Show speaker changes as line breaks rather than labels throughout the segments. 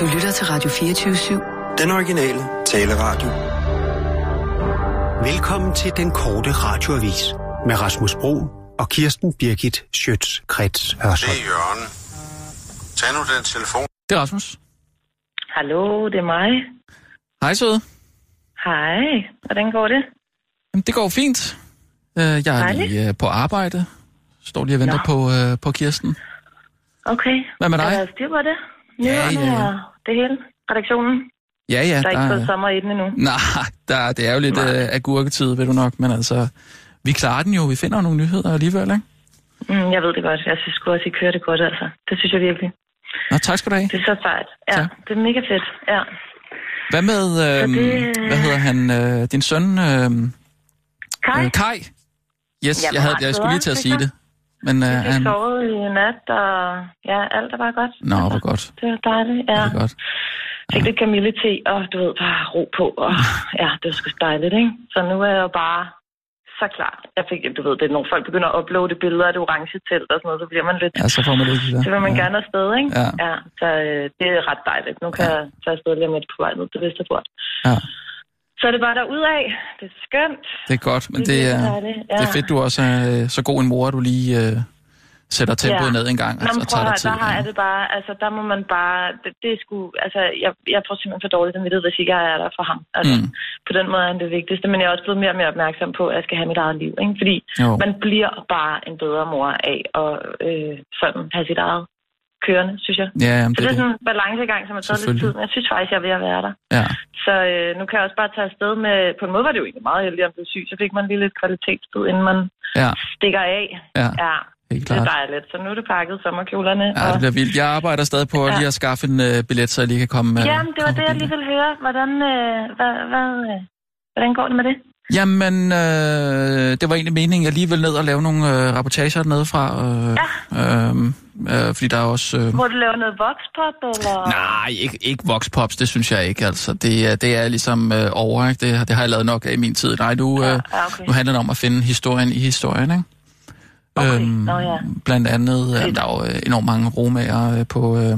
Du lytter til Radio 24-7.
Den originale taleradio.
Velkommen til den korte radioavis med Rasmus Bro og Kirsten Birgit Schøtz-Krets
Hørsholm. Det er Jørgen. Tag nu den telefon.
Det er Rasmus.
Hallo, det er mig.
Hej, søde.
Hej. Hvordan går det?
Jamen, det går fint. Øh, Jeg er Dejligt. lige på arbejde. Står lige og venter Nå. på, øh, på Kirsten.
Okay.
Hvad med dig?
Er der styr på det? Nyhederne ja, ja. og det hele? Redaktionen?
Ja, ja. Der
er der ikke er... gået sommer i den endnu.
Nej, der, det er jo lidt øh, agurketid, ved du nok. Men altså, vi klarer den jo. Vi finder jo nogle nyheder alligevel, ikke?
Mm, jeg ved det godt. Jeg synes godt, at I kører det godt, altså. Det synes jeg virkelig.
Nå, tak skal du have.
Det er så sejt. Ja, tak. det er mega fedt. Ja.
Hvad med, øh, det... hvad hedder han, øh, din søn? Øh,
Kai? Øh,
Kai? Yes, Jamen, jeg, havde, jeg skulle lige til at sige det.
Men, øh, jeg fik han... sovet i nat, og ja, alt er bare godt.
Nå, altså, hvor godt.
Det var dejligt, ja. Det var godt. Fik ja. lidt kamille-te, og du ved, bare ro på, og ja, det var sgu dejligt, ikke? Så nu er jeg jo bare så klar. Jeg fik, du ved, det når folk begynder at uploade billeder af det orange telt og sådan noget, så bliver man lidt...
Ja, så får man lidt
Så vil man ja. gerne afsted, ikke?
Ja.
ja så øh, det er ret dejligt. Nu kan ja. jeg tage afsted lige om lidt på vej ned til Vesterport.
Ja.
Så er det bare derudad. Det er skønt.
Det er godt, men det, det, er, det, ja. det er fedt, du også er øh, så god en mor, at du lige øh, sætter tempoet ja. ned en gang.
Altså, Nå, prøv, tager tid, der har ja. jeg det bare, altså der må man bare, det, det er sgu, altså jeg, jeg får simpelthen for dårligt samvittighed, hvis ikke jeg er der for ham. Altså, mm. På den måde er han det vigtigste, men jeg er også blevet mere og mere opmærksom på, at jeg skal have mit eget liv, ikke? fordi
jo.
man bliver bare en bedre mor af at øh, sådan have sit eget kørende, synes jeg.
Ja, jamen,
så det, det er sådan en balancegang, som har taget lidt tid, men jeg synes faktisk, jeg er ved at være der.
Ja.
Så øh, nu kan jeg også bare tage afsted med, på en måde var det jo egentlig meget heldigt, om det syg, så fik man lige lidt kvalitetstid, inden man
ja.
stikker af.
Ja.
ja.
Helt klart.
Det er dejligt. Så nu er det pakket sommerkjolerne.
Ja, og... det bliver vildt. Jeg arbejder stadig på ja. lige at skaffe en øh, billet, så jeg lige kan komme med.
Øh, Jamen, det var det, jeg lige ville høre. Hvordan, øh, hvad, hvad, øh, hvordan går det med det?
Jamen, øh, det var egentlig meningen, at jeg lige ville ned og lave nogle øh, reportager dernede fra. Øh,
ja.
Øh, øh, fordi der er også... Øh...
Må du lave noget voxpop, eller?
Nej, ikke, ikke voxpops, det synes jeg ikke, altså. Det, det er ligesom øh, over, ikke? Det, det har jeg lavet nok af i min tid. Nej, nu, øh, ja,
okay.
nu handler det om at finde historien i historien, ikke?
Okay. Øhm, oh, ja.
Blandt andet, øh, der er jo øh, enormt mange romager øh, på... Øh,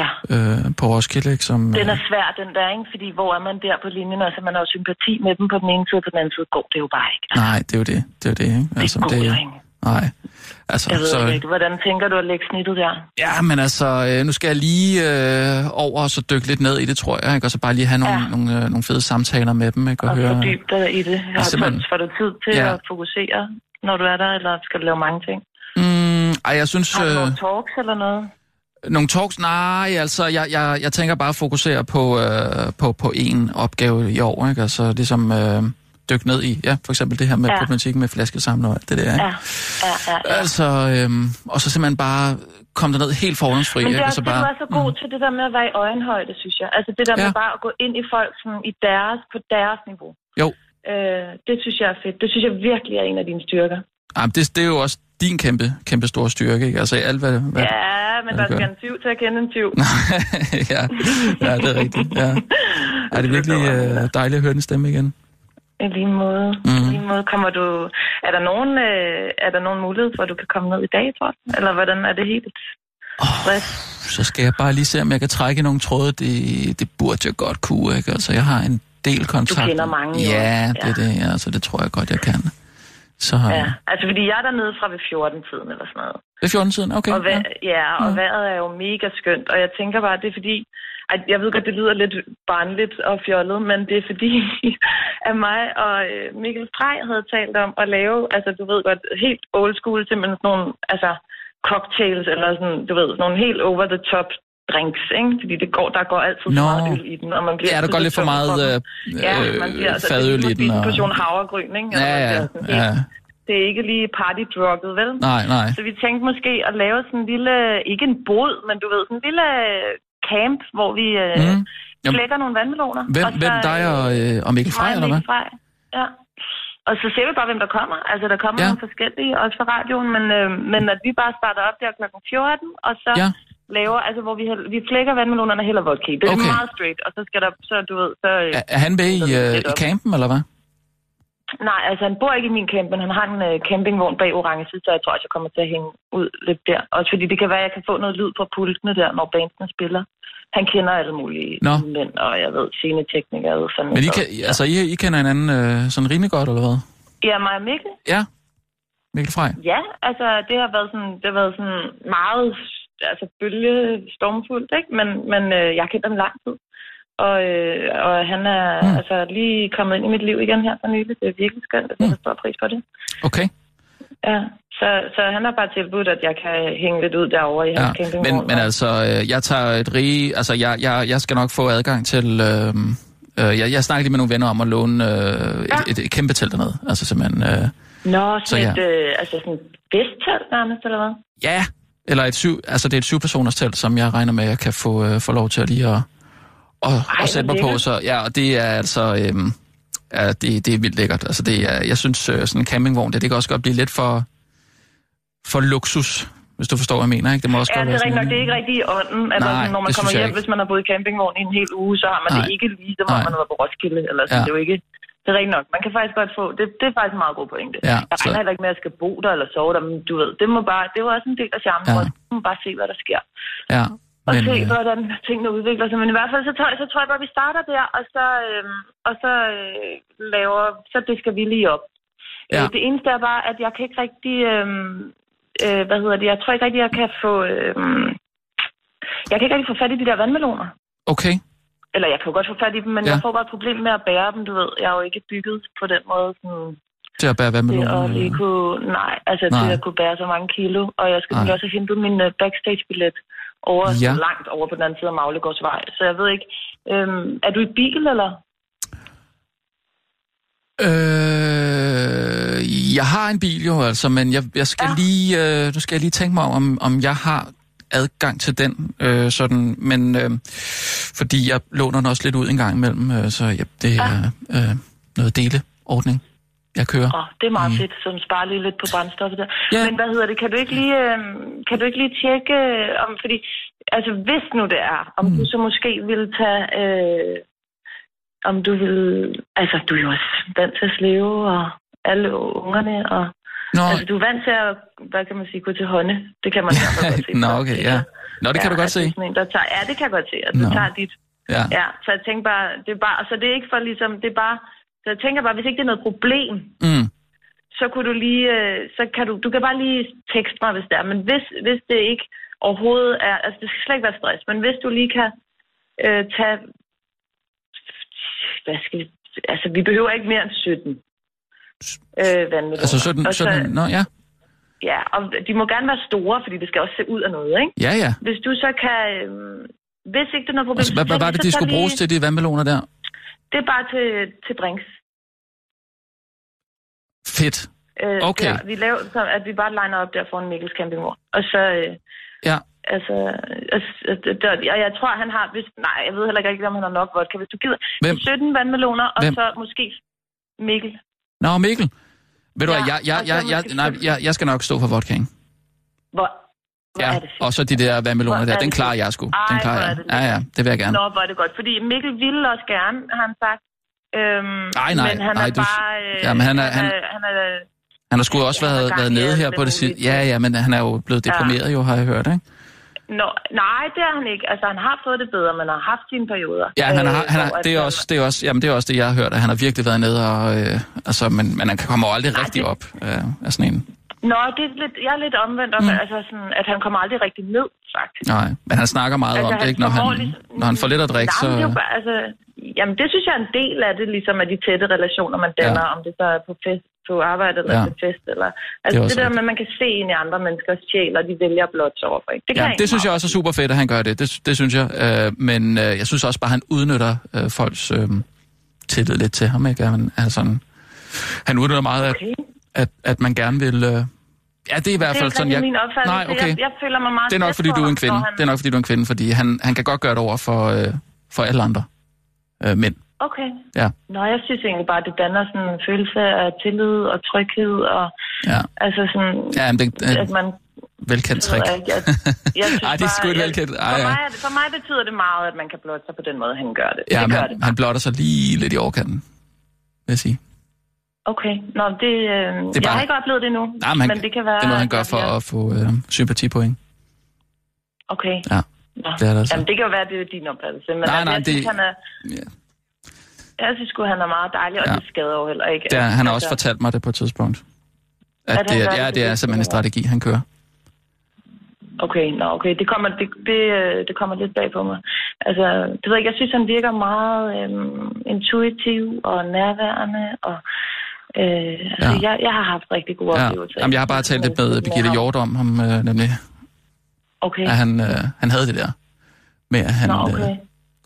ja.
øh, på Roskilde. Ikke, som, øh,
den er svær, den der, ikke? fordi hvor er man der på linjen? Altså, man har jo sympati med dem på den ene side, på den anden side går det jo bare ikke.
Nej, det er jo det. Det er jo det, ikke?
Altså, det, går det jo ikke.
Nej. Altså,
jeg ved
så...
ikke, hvordan tænker du at lægge snittet der?
Ja, men altså, nu skal jeg lige øh, over og så dykke lidt ned i det, tror jeg, ikke? og så bare lige have nogle, ja. nogle, øh, nogle fede samtaler med dem. Ikke?
Og, og
høre...
fordybe dig i det. Altså, man... Får du tid til ja. at fokusere, når du er der, eller skal du lave mange ting?
Mm, ej, jeg synes...
Har du nogle talks eller noget?
Nogle talks? Nej, altså, jeg, jeg, jeg tænker bare at fokusere på, øh, på, på én opgave i år, ikke? Altså, ligesom øh, dykke ned i, ja, for eksempel det her med ja. problematikken med flaskesamler og alt det der,
ikke? Ja, ja, ja. ja.
Altså, øh, og så simpelthen bare komme derned helt fordomsfri.
Men det er,
altså
bare, du er så god mm. til det der med at være i øjenhøjde, synes jeg. Altså, det der ja. med bare at gå ind i folk sådan, i deres, på deres niveau.
Jo.
Øh, det synes jeg er fedt. Det synes jeg virkelig er en af dine styrker.
Jamen, det, det er jo også din kæmpe, kæmpe store styrke, ikke? Altså alt, hvad, hvad
Ja, men hvad der skal en tyv til at kende en tyv.
ja, ja, det er rigtigt. Ja. Er det virkelig øh, dejligt at høre den stemme igen?
I lige måde. Mm. I lige måde kommer du... Er der, nogen, øh, er der nogen mulighed for, at du kan komme ned i dag, tror du? Eller hvordan er det helt?
Oh, så skal jeg bare lige se, om jeg kan trække nogle tråde. Det, det burde jeg godt kunne, ikke? Altså, jeg har en del kontakter.
Du kender mange,
Ja, ja. det er det. Ja, altså, det tror jeg godt, jeg kan. Så, øh...
ja, altså fordi jeg er dernede fra ved 14-tiden eller sådan noget.
Ved 14-tiden, okay.
Og vejr, ja. ja,
Mm.
og ja. vejret er jo mega skønt, og jeg tænker bare, at det er fordi, at jeg ved godt, det lyder lidt barnligt og fjollet, men det er fordi, at mig og øh, Mikkel Frej havde talt om at lave, altså du ved godt, helt old school, simpelthen sådan nogle, altså cocktails eller sådan, du ved, sådan nogle helt over the top drinks, ikke? Fordi det går, der går altid
Nå.
for meget øl i den, og man bliver...
Ja, der går lidt for meget øh,
ja, man bliver, altså,
fadøl i den.
Og... en portion havregryn, ikke?
Ja, ja, ja.
Det er ikke lige partydrugget, vel?
Nej, nej.
Så vi tænkte måske at lave sådan en lille, ikke en bod, men du ved, sådan en lille øh, camp, hvor vi øh, mm. Jamen, flækker nogle vandmeloner.
Hvem, og så, hvem dig og, øh, og Mikkel Frey, eller hvad?
Frej, ja. Og så ser vi bare, hvem der kommer. Altså, der kommer ja. nogle forskellige, også fra radioen, men, øh, men at vi bare starter op der kl. 14, og så...
Ja
laver, altså hvor vi, hæl, vi flækker vandmelonerne og hælder vodka Det er okay. meget straight, og så skal der, så du ved, så...
Er, er han med i, øh, i campen, eller hvad?
Nej, altså han bor ikke i min camp, men han har en øh, campingvogn bag orange, så jeg tror også, jeg kommer til at hænge ud lidt der. Også fordi det kan være, at jeg kan få noget lyd på pultene der, når bandene spiller. han kender alle mulige
Nå.
mænd, og jeg ved, sine teknikere, jeg ved fandme
Men I,
hvad.
kan, altså, I, I kender hinanden øh, sådan rimelig godt, eller hvad?
Ja, mig og Mikkel?
Ja. Mikkel Frej.
Ja, altså det har været sådan, det har været sådan meget altså, bølge stormfuldt, ikke? Men, men øh, jeg har kendt ham i lang tid. Og, øh, og han er
Mm.
mm. altså lige kommet ind i mit liv igen her for nylig. Det er virkelig skønt, og
Mm.
jeg sætter stor pris på det.
Okay.
Ja. Så, så han har bare tilbudt, at jeg kan hænge lidt ud derovre i hans
Ja. Men,
campingvogn.
men altså, øh, jeg tager et rige... Altså, jeg, jeg, jeg skal nok få adgang til... Øh, øh, jeg, jeg snakker lige med nogle venner om at låne øh,
Ja.
et, et, et kæmpe telt dernede. Altså simpelthen... Øh,
Nå,
så
sådan et, øh, altså sådan et vesttelt nærmest, eller hvad?
ja, eller et syv... Altså, det er et syvpersoners telt, som jeg regner med, at jeg kan få, øh, få lov til at lige at, at,
hvor
at sætte mig på.
lækkert.
Så, ja, og det er altså... Øh, ja, det, det er vildt lækkert. Altså, det er, jeg synes, øh, sådan en campingvogn, det, det kan også godt blive lidt for, for luksus, hvis du forstår, hvad jeg mener. Ikke? Det må også
Ja,
godt
det
være
er
sådan
rigtigt nok.
en-
Det er ikke rigtigt i ånden. Altså,
Nej,
Nej, når man
det
kommer
synes jeg
hjem,
ikke.
hvis man har boet i campingvogn i en hel uge, så har man det
Nej.
ikke lige, som om
Nej.
man har været på Roskilde. Eller sådan.
Ja.
Ja. Det er jo ikke... Det er rigtigt nok. Man kan faktisk godt få... Det, det er faktisk en meget god pointe.
Ja,
jeg
så-
regner heller ikke med, at jeg skal bo der eller sove der, men du ved, det, må bare, det var også en del af charmen.
Ja.
Ja. Man må bare se, hvad der sker.
Ja,
Og men, se,
øh,
hvordan tingene udvikler sig. Men i hvert fald, så, tror jeg- så tror jeg bare, vi starter der, og så, øhm, og så øh, laver... Så det skal vi lige op.
Ja.
Ja. Det eneste er bare, at jeg kan ikke rigtig... Øhm, øh, hvad hedder det? Jeg tror ikke rigtig, jeg kan få... Øhm, jeg kan ikke rigtig få fat i de der vandmeloner.
okay.
Eller jeg kan jo godt få fat i dem, men
Ja.
ja. jeg får bare et problem med at bære dem, du ved. Jeg er jo ikke bygget på den måde, sådan,
Til at bære
til at
vandmelonen.
lige
øh,
kunne... Nej, altså nej. til
Nej.
at kunne bære så mange kilo. Og jeg skal
Nej.
nemlig også have hentet min øh, backstage-billet over,
Ja.
ja. langt over på den anden side af Maglegårdsvej. Så jeg ved ikke, øhm, er du i bil, eller?
Øh, jeg har en bil jo, altså, men jeg, jeg skal ja.
Ja.
lige, øh, nu skal jeg lige tænke mig om, om, om jeg har adgang til den, øh, sådan, men øh, fordi jeg låner den også lidt ud en gang imellem, øh, så ja, det er øh, noget deleordning, jeg kører.
Ah. Åh, det er meget fedt, som sparer lige lidt på brændstoffet der.
Mm. Ja.
Ja. Men hvad hedder det, kan du ikke lige, øh, kan du ikke lige tjekke øh, om, fordi, altså hvis nu det er, om mm. du så måske ville tage, øh, om du vil, altså du er jo også vant til at sleve, og alle ungerne, og
Nå,
altså du er vant til at, hvad kan man sige, gå til hånde. Det kan man i hvert fald godt se.
Nå, okay, ja. Nå, det kan du godt
at det
se.
er sådan en, der tager, ja, det kan jeg godt se, at du
Nå.
tager dit
Ja.
Ja, så jeg tænker bare, det er bare, så det er ikke for ligesom, det er bare, så jeg tænker bare, hvis ikke det er noget problem,
Mm.
så kunne du lige, øh, så kan du, du kan bare lige tekste mig, hvis det er, men hvis, hvis det ikke overhovedet er, altså det skal slet ikke være stress, men hvis du lige kan øh, tage, hvad skal vi, altså vi behøver ikke mere end 17 øh, vandmeloner.
Altså sådan,
Og så-
sådan, nå ja,
Ja, og de må gerne være store, fordi det skal også se ud af noget, ikke?
ja, ja.
Hvis du så kan, øh, hvis ikke det er noget problem,
Altså, hvad,
så
hvad
tag
var
lige-
det, de
så tag
skulle
lige-
bruges til, de vandmeloner der?
Det er bare til, til drinks.
Fedt.
Øh,
Okay.
Der, vi laver, så, at vi bare liner op der foran Mikkels campingvogn. Og så, øh,
Ja,
altså, altså der, og jeg tror, han har, hvis, nej, jeg ved heller ikke rigtig, om han har nok vodka, hvis du gider.
Hvem?
17 vandmeloner, og
Hvem?
så måske Mikkel.
Nå, Mikkel. Ved du
Ja,
hvad, jeg, jeg,
og så
jeg, jeg,
måske
nej,
fem.
jeg, jeg skal nok stå for vodkaen.
Hvor, hvor
Ja,
er det fedt.
og så de der vandmeloner
Hvor
der,
er
den
det
klarer
fedt.
jeg sgu. Den
Ej,
klarer
hvor er
jeg.
det
Ja, ja, det vil jeg gerne.
Nå, hvor er det godt, fordi Mikkel ville også gerne, har han sagt. Øhm,
Ej, nej,
men han
nej,
er
du-
bare... Øh,
Jamen, han er-
han,
han-
er, han er,
Han har sgu også
Ja,
været,
der er
været
gang i
nede
alt
her
det
på det
mulige.
sidste. Ja, ja, men han er jo blevet
Ja.
deprimeret jo, har jeg hørt, ikke?
Nå, nej, det er han ikke. Altså, han har fået det bedre, men han har haft sine perioder.
Ja, han har,
Øh,
han har,
hvor at
det, er
han-
også, det, er også, jamen, det er også det, jeg har hørt, at han har virkelig været nede, og, øh, altså, men, men han kommer jo aldrig rigtig op øh, af sådan en.
Nå, det er lidt, jeg er lidt omvendt om, mm. altså sådan, at han kommer aldrig rigtig ned, faktisk.
Nej, men han snakker meget
altså,
om det, ikke? Når
formår
han,
ligesom-
når han får lidt at drikke,
Nej,
så...
men Det er jo bare, altså, jamen, det synes jeg er en del af det, ligesom af de tætte relationer, man danner, ja. om det så er på fest på arbejde eller
Ja.
ja. til fest. Eller, altså
også
det, det der
rigtigt.
med, at man kan se ind i andre menneskers sjæl, og de vælger blot sig overfor. Ikke? Det, kan
Ja, det synes jeg også er super fedt, at han gør det. Det, det synes jeg. Øh, men øh, jeg synes også bare, at han udnytter øh, folks øh, tillid lidt til ham. Ikke? At Han, er sådan, han udnytter meget, at,
Okay.
at, at man gerne vil... Øh, ja, det er i hvert
Det er
fald
ikke
sådan...
rigtig min opfattelse.
nej, okay.
Jeg, jeg føler mig meget
det er nok,
tæt
fordi
på
du er en
ham,
kvinde.
når han-
Det er nok, fordi du er en kvinde, fordi han, han kan godt gøre det over for, øh, for alle andre øh, mænd.
Okay.
Ja,
Nå, jeg synes egentlig bare, at det danner sådan en følelse af tillid og tryghed, og
ja.
altså sådan,
Ja, men det er
at
et
man
velkendt trick.
Jeg, jeg, jeg synes
Ej, det er sgu
bare,
et
jeg-
velkendt- Ej,
for,
ja.
mig, er det- for mig betyder det meget, at man kan blotte sig på den måde, han gør det.
Ja,
det
men
gør
han,
det.
han blotter sig lige lidt i overkanten, vil jeg sige.
Okay. Nå, det, øh, det jeg
bare-
har ikke oplevet det endnu,
Nej, men, han,
men det kan være...
det er noget, han
at
gør
jeg
for
bliver-
at få øh, sympatipoint.
Okay.
Ja.
Nå.
Det er der altså. så.
Jamen, det kan jo være, det er din opfattelse. Men
Nej,
altså,
nej,
jeg synes,
det-
han er,
Ja.
jeg synes sgu, han er meget dejlig, og
Ja.
det skader jo heller ikke.
Det er, han har også
Altså,
fortalt mig det på et tidspunkt. At,
At
det,
han gør
er,
det
ja, det er
bevidst,
simpelthen en
eller hvad?
strategi, han kører.
Okay, nå, okay. Det kommer, det, det, øh, det kommer lidt bag på mig. Altså, det ved jeg ikke, jeg synes, han virker meget øhm, intuitiv og nærværende, og øh,
Ja.
altså, ja. jeg, jeg har haft rigtig gode
Ja.
oplevelser.
Jamen, jeg har bare talt lidt med øh, Birgitte
ham.
Hjort om ham, øh, nemlig,
Okay,
at han, øh, han havde det der med, at han
nå,
øh,
okay.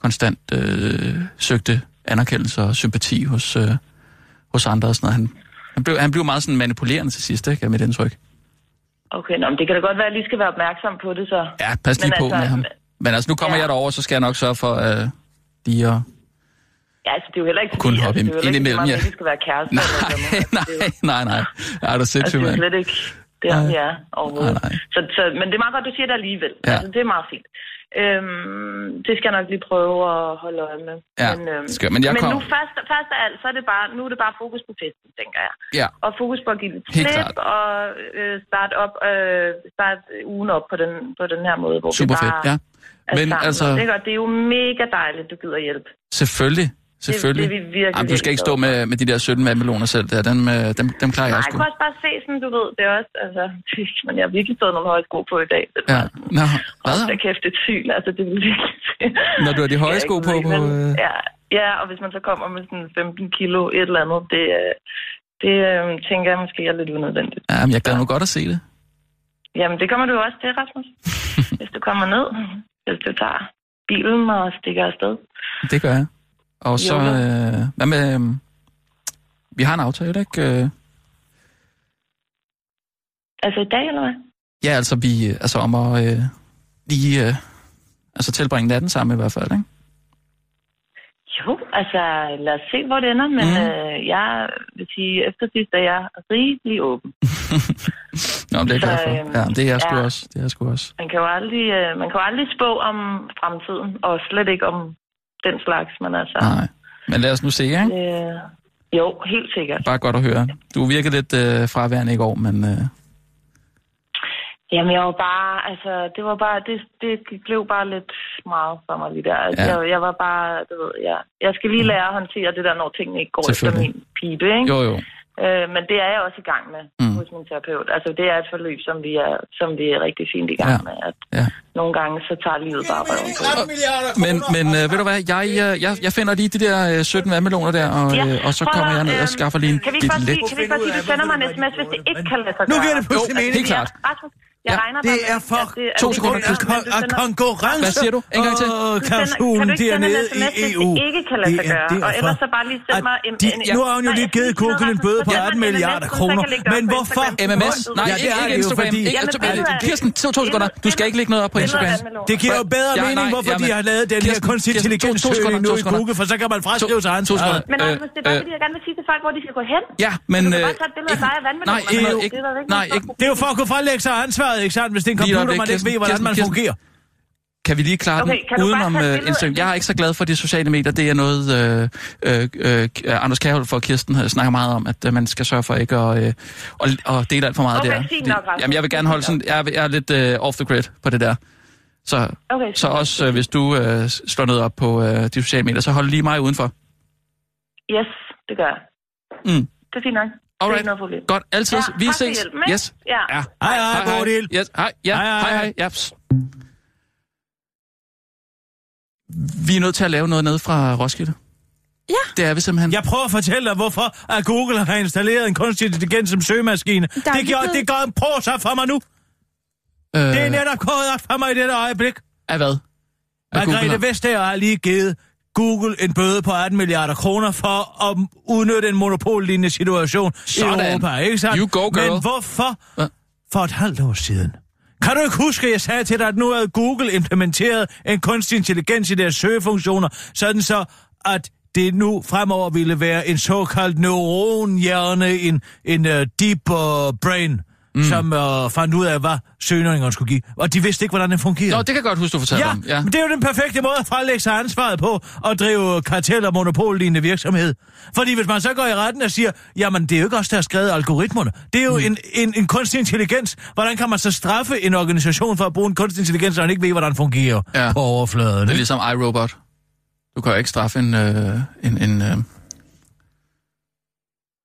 konstant øh, søgte anerkendelse og sympati hos, øh, hos andre og sådan noget. Han, han, blev, han blev meget sådan manipulerende til sidst, ikke, er mit indtryk.
Okay, nå, men det kan da godt være, at jeg lige skal være opmærksom på det, så.
Ja, pas lige
Men
på
altså,
med ham. Men altså, nu kommer
ja.
jeg derover, så skal jeg nok sørge for øh, lige at...
Ja, altså, det er jo heller ikke...
Og kun
fordi,
hoppe
altså, det er jo heller ikke
indimellem,
så meget,
ja.
at Vi skal være kærester.
Nej,
eller noget. Altså, det er jo-
nej, nej, nej. Er du
Altså,
sindssyg,
det er
mand?
jo slet ikke der,
Nej. Ah,
vi er overhovedet.
Nej, nej.
Så, så, men det er meget godt, du siger det alligevel.
Ja.
Ja. Altså, det er meget fint. Øhm, det skal jeg nok lige prøve at holde øje med.
Ja, det skal jeg. Men jeg
men
kom-
nu først, først af alt, så er det bare, nu er det bare fokus på festen, tænker jeg.
Ja.
Og fokus på at give lidt
Helt
slip
klart.
og øh, starte op, øh, starte ugen op på den, på den her måde, hvor
Super
vi bare
fedt, ja.
er
Men
sammen.
altså-
Og Det er, godt, det er jo mega dejligt, du gider hjælpe.
Selvfølgelig. Selvfølgelig.
det er vi virkelig,
Jamen, du skal
virkelig
ikke stå med, med de der 17 vandmeloner selv. Der. Dem, øh, dem, dem klarer
Nej,
jeg
jeg
sgu.
kunne også bare se, sådan du ved, det er også, altså, men jeg har virkelig fået nogle høje sko på i dag. Det
Ja.
var-
Nå, hvad?
Hold da kæft, det er sygt. Altså, det er virkelig...
Når du har de høje
Jeg
sko
ikke
på
ved,
på, øh,
men- Ja, ja, og hvis man så kommer med sådan 15 kilo et eller andet, det, øh, det øh, tænker jeg måske er lidt unødvendigt.
Ja, men jeg glæder mig godt at se det.
Jamen, det kommer du også til, Rasmus. hvis du kommer ned, hvis du tager bilen og stikker afsted.
Det gør jeg. Og så,
Jo, jo.
øh, hvad med, øh, vi har en aftale, ikke? Øh,
Altså i dag, eller hvad?
Ja, altså, vi, øh, altså om at øh, lige, øh, altså tilbringe natten sammen i hvert fald, ikke?
Jo, altså lad os se, hvor det ender, men
Mm.
mm. øh, jeg vil sige, efter sidst er jeg rimelig åben.
Nå, men det er jeg
Så,
glad for.
øhm,
Ja, men det er jeg sgu
ja.
også. Det er jeg sgu også.
Man kan jo aldrig, øh, man kan jo aldrig spå om fremtiden, og slet ikke om den slags, men altså...
Nej. Men lad os nu se, ikke?
Øh, jo, helt sikkert.
Bare godt at høre. Du virkede lidt øh, fraværende i går, men øh,
Jamen, jeg var bare, altså, det var bare, det, det blev bare lidt meget for mig lige der. Altså,
Ja. Mm.
ja. jeg, jeg, var bare, du ved, ja. Jeg skal lige lære at håndtere det der, når tingene ikke går efter
Selvfølgelig.
min pibe, ikke?
jo jo.
Øh, men det er jeg også i gang med
Mm.
mm. hos min terapeut. Altså, det er et forløb, som vi er, som vi er rigtig fint i gang
Ja.
ja. med. At
Ja.
nogle gange, så tager livet bare røven på. en.
Men, men øh, ved du hvad, jeg, øh, jeg, jeg finder lige de der øh, 17 vandmeloner der, og,
Ja,
øh, og så
prøv at
kommer
høre,
jeg ned og
øhm,
skaffer lige en
Kan vi
lidt
ikke bare
læk.
sige, kan vi ikke bare sige, du sender mig en sms, hvis det ikke kan lade sig gøre?
Nu giver det
Jo,
pludselig mening.
helt klart.
Rasmus, jeg
Ja.
regner
Det
bare med,
er
at-
for
at det- at
To
det-
sekunder,
at
du
Kon-
skal-
du
kon-
sender-
konkurrence.
Hvad siger du? En gang til.
Og
Du sender- kan
klausulen
du ikke sende
dernede
en sms,
i
E
hvis
EU.
det ikke kan lade sig gøre?
det
Og
for-
ellers så bare lige send
At
mig en-
de-
en- en-
Nu har hun jo
Nej,
lige
jeg
givet
skal sige
Google en
noget,
bøde
Rasmus,
på
så sender
18
mig en sms,
milliarder
så kan jeg
kroner.
lægge det op
Men
på
hvorfor?
Instagram.
MMS? Nej,
Ja, det er
ikke, ikke
det jo,
Instagram.
fordi-
Ikke,
Jamen,
Instagram.
ved du hvad?
Kirsten, to, to sekunder. Du skal ikke lægge noget op på
Ved du
Instagram.
hvad, Malone?
Det giver jo bedre
Ja, nej,
mening, hvorfor
jamen,
de har lavet den her
Kirsten,
kunstig
Kirsten, to- to
intelligens
sekunder,
søgning nu
to
i
sekunder.
Google, for så kan man fraskrive sig
To sekunder.
ansvaret.
Men
Øh,
Rasmus, det er bare
øh,
fordi, jeg gerne vil sige til folk, hvor de skal gå hen.
Ja, men...
Du kan
øh,
bare tage et billede af
ikke-
dig og
Nej,
vandmelonerne.
ikke,
Det er
ikke,
der ikke
nej,
noget
ikke.
Det er jo for at kunne frelægge sig ansvaret, ikke sandt, hvis det er en
Lige et
computer,
øjeblik,
man ikke
Kirsten,
ved, hvordan man
Kirsten,
fungerer.
Kan vi lige klare
Okay, kan
den
du bare
udenom
tage et
øh,
billede af
Instagram?
det?
Jeg er ikke så glad for de sociale medier. Det er noget, øh, øh, øh, Anders Kærhold fra Kirsten øh, snakker meget om, at øh, man skal sørge for ikke at, øh, at, at dele alt for meget
Okay,
der.
fint nok, Rasmus.
jamen, jeg vil gerne holde sådan... Jeg, er- jeg er lidt øh, off the grid på det der. Så,
Okay,
så også, øh, hvis du øh, slår noget op på øh, de sociale medier, så hold lige mig udenfor.
Yes, det gør jeg.
Mm.
Det er fint nok. Det er
Alright.
ikke noget problem.
Godt, altid.
Ja,
vi
tak for
ses.
hjælpen, ikke?
yes.
Ja.
Hej, hej, Bodil.
Yes, hej, ja,
Hej,
hej,
hej.
hej, hej. Ja, ps. Vi er nødt til at lave noget ned fra Roskilde.
Ja.
Det er vi simpelthen.
Jeg prøver at fortælle dig, hvorfor at Google har installeret en kunstig intelligens som søgemaskine.
er
Det gør,
ikke-
det gør en prosa for mig nu.
øh,
Det er netop gået op for mig i dette øjeblik.
Af hvad? Af Google.
Margrethe Vestager har lige givet Google en bøde på 18 milliarder kroner for at udnytte en monopollignende situation
Sådan.
i Europa, ikke sandt?
You go, girl.
Men hvorfor?
Hvad?
For et halvt år siden. Kan du ikke huske, at jeg sagde til dig, at nu havde Google implementeret en kunstig intelligens i deres søgefunktioner, sådan så, at det nu fremover ville være en såkaldt neuronhjerne, en, en uh, deep uh, øh, brain, mm. som øh, fandt ud af, hvad søgningerne skulle give. Og de vidste ikke, hvordan den fungerede.
Nå, det kan jeg godt huske, du fortalte
Ja,
om.
ja, men det er jo den perfekte måde at frelægge sig ansvaret på at drive kartel- og monopollignende virksomhed. Fordi hvis man så går i retten og siger, jamen det er jo ikke os, der har skrevet algoritmerne. Det er jo mm. en, en, en kunstig intelligens. Hvordan kan man så straffe en organisation for at bruge en kunstig intelligens, når den ikke ved, hvordan den fungerer
Ja.
ja. på overfladen?
Det er
ikke?
ligesom iRobot. Du kan jo ikke straffe en, øh, en, en, øh,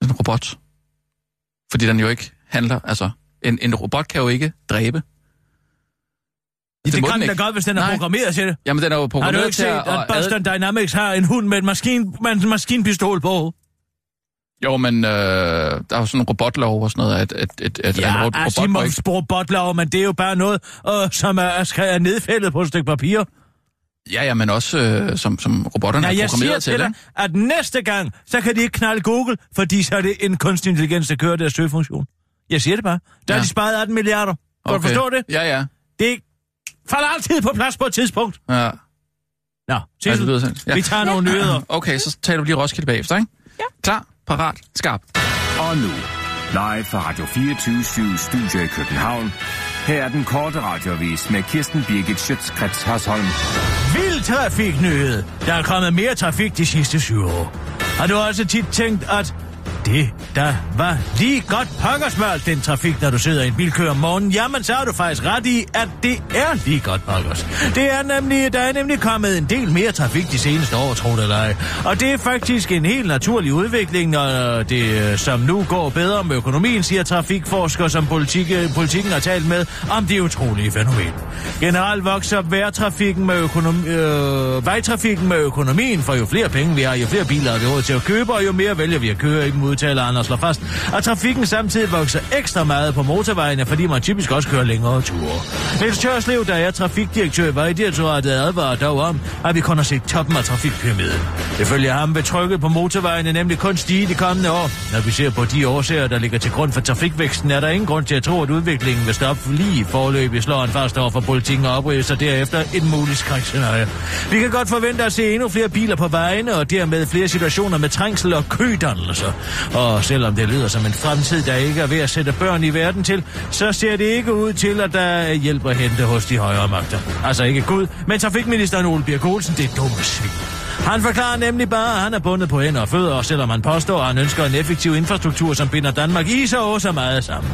en robot. Fordi den jo ikke handler, altså... En, en robot kan jo ikke dræbe.
Det,
må
det
den
kan den
ikke.
da godt, hvis den er
Nej.
programmeret til det.
Jamen, den er jo
Har du
programmeret
ikke
til
set,
at...
at
at ad-
Boston Dynamics har en hund med en, maskin, med en maskinpistol på?
Jo, men øh, der er jo sådan en robotlov og sådan noget, at, at, at, at en
Ja, altså,
ro- robot må ikke...
Asimovs robotlager, men det er jo bare noget, øh, som er, er skrevet- er nedfældet på et stykke papir.
Ja, ja, men også øh, som, som robotterne
Nej,
er
jeg siger
programmeret
til dig,
ikke?
at næste gang, så kan de ikke knalde Google, fordi så er det en kunstig intelligens, der kører deres søgefunktion. Jeg siger det bare. Der ja.
Ja.
har de sparet 18 milliarder. Kan okay. du forstå det?
Ja, ja.
Det falder altid på plads på et tidspunkt.
ja.
Nå,
Altså, det
Sissel,
lyder sådan. Ja.
ja. vi tager nogle nyheder.
Okay, så tager du lige Roskilde bagefter, ikke? Ja. Klar, parat, skarp.
Og nu, live fra Radio 24 Studio i København. Her er den korte radiovis med Kirsten Birgit Schøtzgrads Hasholm.
Vild trafiknyhed. Der er kommet mere trafik de sidste syv år. Har du også tit tænkt, at det, der var lige godt pokkers med alt den trafik, når du sidder i en bilkø om morgenen, jamen så har du faktisk ret i, at det er lige godt pokkers. Det er nemlig, der er nemlig kommet en del mere trafik de seneste år, tror det eller ej. Og det er faktisk en helt naturlig udvikling, når det, øh, som nu går bedre med økonomien, siger trafikforskere, som politik, øh, politikken har talt med, om det utrolige fænomen. Generelt vokser vejtrafikken med, økonom, øh, vejtrafikken med økonomien, for jo flere penge vi har, jo flere biler har vi råd til at købe, og jo mere vælger vi at køre, ikke udtaler Anders slår fast. Og trafikken samtidig vokser ekstra meget på motorvejene, fordi man typisk også kører længere ture. Niels Tørslev, der er trafikdirektør i Vejdirektoratet, advarer dog om, at vi kun har set toppen af trafikpyramiden. Ifølge ham vil trykket på motorvejene nemlig kun stige de kommende år. Når vi ser på de årsager, der ligger til grund for trafikvæksten, er der ingen grund til at tro, at udviklingen vil stoppe lige forløbig, slår han fast over for politikken og opriger sig derefter et muligt skrækscenarie. Vi kan godt forvente at se endnu flere biler på vejene, og dermed flere situationer med trængsel og kødannelser. Og selvom det lyder som en fremtid, der ikke er ved at sætte børn i verden til, så ser det ikke ud til, at der er hjælp at hente hos de højere magter. Altså ikke Gud, men trafikministeren Ole Birk Olsen, det er dumme svin. Han forklarer nemlig bare, at han er bundet på hænder og fødder, og selvom han påstår, at han ønsker en effektiv infrastruktur, som binder Danmark i så og så meget sammen.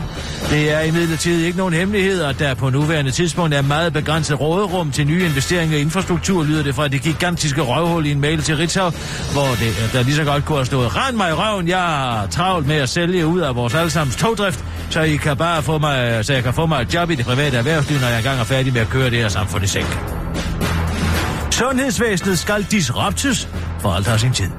Det er imidlertid ikke nogen hemmelighed, at der på nuværende tidspunkt er meget begrænset råderum til nye investeringer i infrastruktur, lyder det fra det gigantiske røvhul i en mail til Ritzau, hvor det, der lige så godt kunne have stået, rend mig i røven, jeg har travlt med at sælge ud af vores allesammens togdrift, så, I kan bare få mig, så jeg kan få mig et job i det private erhvervsliv, når jeg engang er færdig med at køre det her samfund i sænk. Sundhedsvæsenet skal disruptes, for alt har sin tid.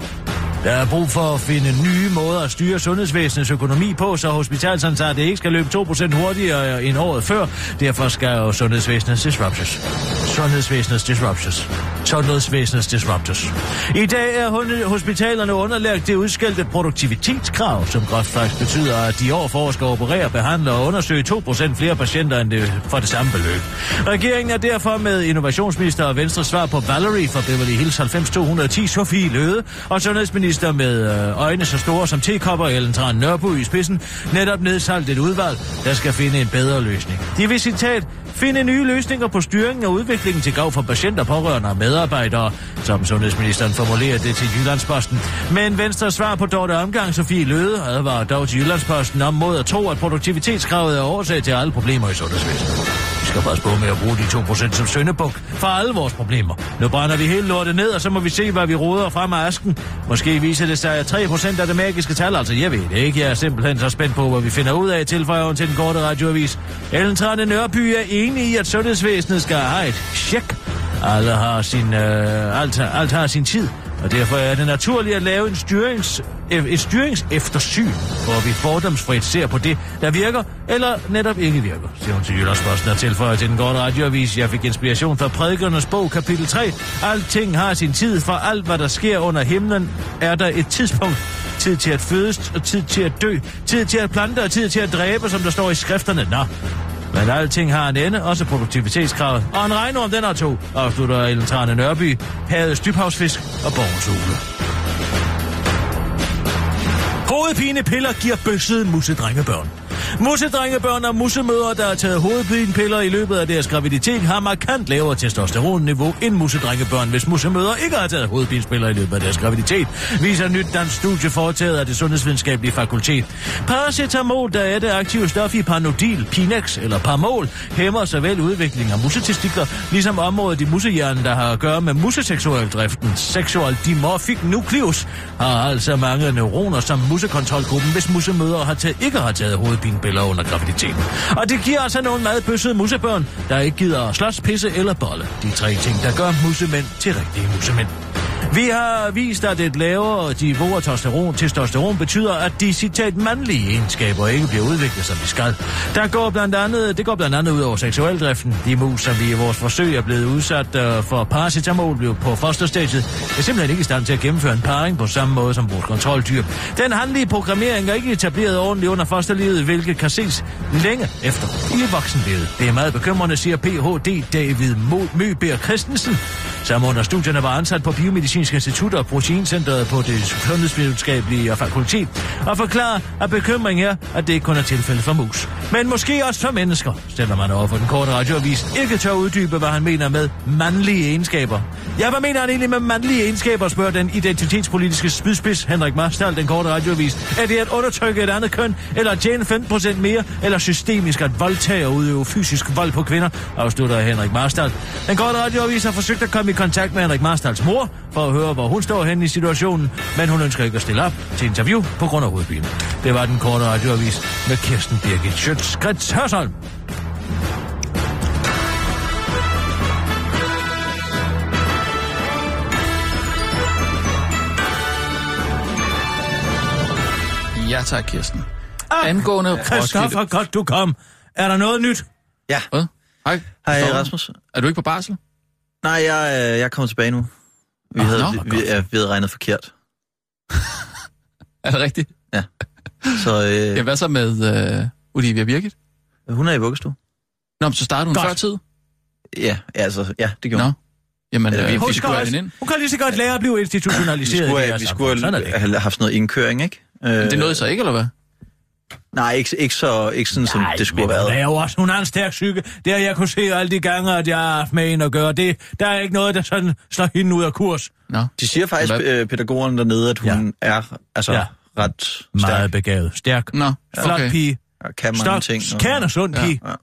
Der er brug for at finde nye måder at styre sundhedsvæsenets økonomi på, så hospitalsansatte ikke skal løbe 2% hurtigere end året før. Derfor skal jo sundhedsvæsenet disruptes. Sundhedsvæsenet disruptes. Sundhedsvæsenet disruptes. I dag er hun- hospitalerne underlagt det udskældte produktivitetskrav, som groft faktisk betyder, at de i år for år skal operere, behandle og undersøge 2% flere patienter end det, for det samme beløb. Regeringen er derfor med innovationsminister og Venstre svar på Valerie fra Beverly Hills 90210, Sofie Løde, og sundhedsminister med øh, øjne så store som tekopper Ellen Tran Nørby i spidsen, netop nedsalt et udvalg, der skal finde en bedre løsning. De vil citat, finde nye løsninger på styringen og udviklingen til gavn for patienter, pårørende og medarbejdere, som sundhedsministeren formulerer det til Jyllandsposten. Men Venstre svar på Dorte Omgang, Sofie Løde, advarer dog til Jyllandsposten om mod at tro, at produktivitetskravet er årsag til alle problemer i sundhedsvæsenet. Vi skal passe på med at bruge de 2% som søndebuk for alle vores problemer. Nu brænder vi hele lortet ned, og så må vi se, hvad vi råder frem af asken. Måske viser det sig, at 3% af det magiske tal, altså jeg ved det ikke. Jeg er simpelthen så spændt på, hvad vi finder ud af, tilføjer hun til den korte radioavis. Ellen Trane Nørby er enig i, at sundhedsvæsenet skal have et tjek. Alle har sin, øh, alt, har- alt har sin tid. Og derfor er det naturligt at lave en styrings, eh, et styringseftersyn, hvor vi fordomsfrit ser på det, der virker, eller netop ikke virker, siger hun til Jyllandsposten og tilføjer til den gode radioavis. Jeg fik inspiration fra prædikernes bog, kapitel 3. Alting har sin tid, for alt hvad der sker under himlen, er der et tidspunkt. Tid til at fødes, og tid til at dø, tid til at plante og tid til at dræbe, som der står i skrifterne. Nå, men alting har en ende, også produktivitetskravet. Og en regnorm, den har to, afslutter Ellen Trane Nørby, havets dybhavsfisk og borgens ugle. Hovedpinepiller giver bøssede musedrengebørn. Musedrengebørn og musemødre, der har taget hovedpinepiller i løbet af deres graviditet, har markant lavere testosteronniveau end musedrengebørn, hvis musemødre ikke har taget hovedpinepiller i løbet af deres graviditet, viser nyt dansk studie foretaget af det sundhedsvidenskabelige fakultet. Paracetamol, der er det aktive stof i Panodil, Pinex eller Parmol, hæmmer såvel udvikling af musetestikler, ligesom området i musehjernen, der har at gøre med museseksualdriften, sexual dimorphic nucleus, har altså mange neuroner som musekontrolgruppen, hvis musemødre har taget, ikke har taget hovedpinepiller under graviditeten. Og det giver altså nogle meget bøssede musebørn, der ikke gider at slås, pisse eller bolle. De tre ting, der gør musemænd til rigtige musemænd. Vi har vist, at et lavere niveau af testosteron, testosteron betyder, at de citat mandlige egenskaber ikke bliver udviklet, som de skal. Der går blandt andet, det går blandt andet ud over seksualdriften. De mus, som vi i vores forsøg er blevet udsat øh, for paracetamol, blev på fosterstadiet, er simpelthen ikke i stand til at gennemføre en parring på samme måde som vores kontroldyr. Den handlige programmering er ikke etableret ordentligt under fosterlivet, hvilket kan ses længe efter i voksenlivet. Det er meget bekymrende, siger Ph.D. David Mo- Møbjerg Christensen, som under studierne var ansat på Biomedicinsk Institut og Proteincenteret på det sundhedsvidenskabelige fakultet, og forklarer, at bekymringen er, at det ikke kun er tilfældet for mus, men måske også for mennesker, selvom man over for den korte radioavis ikke tør uddybe, hvad han mener med mandlige egenskaber. Ja, hvad mener han egentlig med mandlige egenskaber, spørger den identitetspolitiske spydspids Henrik Marstal, den korte radioavis. Er det at undertrykke et andet køn, eller at tjene 15% mere, eller systemisk at voldtage og udøve fysisk vold på kvinder, afslutter Henrik Marstal. Den korte radioavis har forsøgt at komme i kontakt med Henrik Marstals mor, for at høre, hvor hun står henne i situationen, men hun ønsker ikke at stille op til interview på grund af hovedpine. Det var den korte radioavis med Kirsten Birgit Schøtz-Krets Hørsholm.
Ja tak, Kirsten. Angående
Ah, Christoffer,
Roskilde...
godt du kom. Er der noget nyt?
Ja.
Hvad? Hej.
Hej
Christoffer.
Rasmus.
Er du ikke på barsel?
Nej, jeg, øh, jeg kommer tilbage nu. Vi,
Nå,
havde,
nå,
vi, vi, ja, vi havde regnet forkert.
Er det rigtigt?
Så øh,
Ja, hvad så med øh, Olivia Birgit?
hun er i vuggestue.
Nå, men så starter hun
Godt.
før tid.
Ja, ja, altså, ja, det gjorde
Nå,
hun.
Jamen,
Ja,
øh, vi,
Hun,
vi
skal
skulle have hende
også,
ind.
hun kan lige så godt lære at blive
Vi
institutionaliseret. i
skulle,
det her
have, vi
samfund.
skulle
Sådan er det.
have, have haft sådan noget indkøring, ikke? Øh,
Men det nåede så ikke, eller hvad?
Nej, ikke, ikke, så, ikke sådan, som det skulle have
Hun er
været.
jo også, hun har en stærk psyke. Det har jeg kunne se alle de gange, at jeg har haft med en at gøre. Det, der er ikke noget, der sådan slår hende ud af kurs.
Nå.
De siger faktisk,
Hvad?
øh, pædagogerne dernede, at hun ja. er altså,
Ja.
ja. ret
Meget
stærk
begavet. Stærk.
Nå,
Flot
okay.
pige.
og kan mange
Stok,
ting. og-
kan og sund
Ja,
pige.
ja.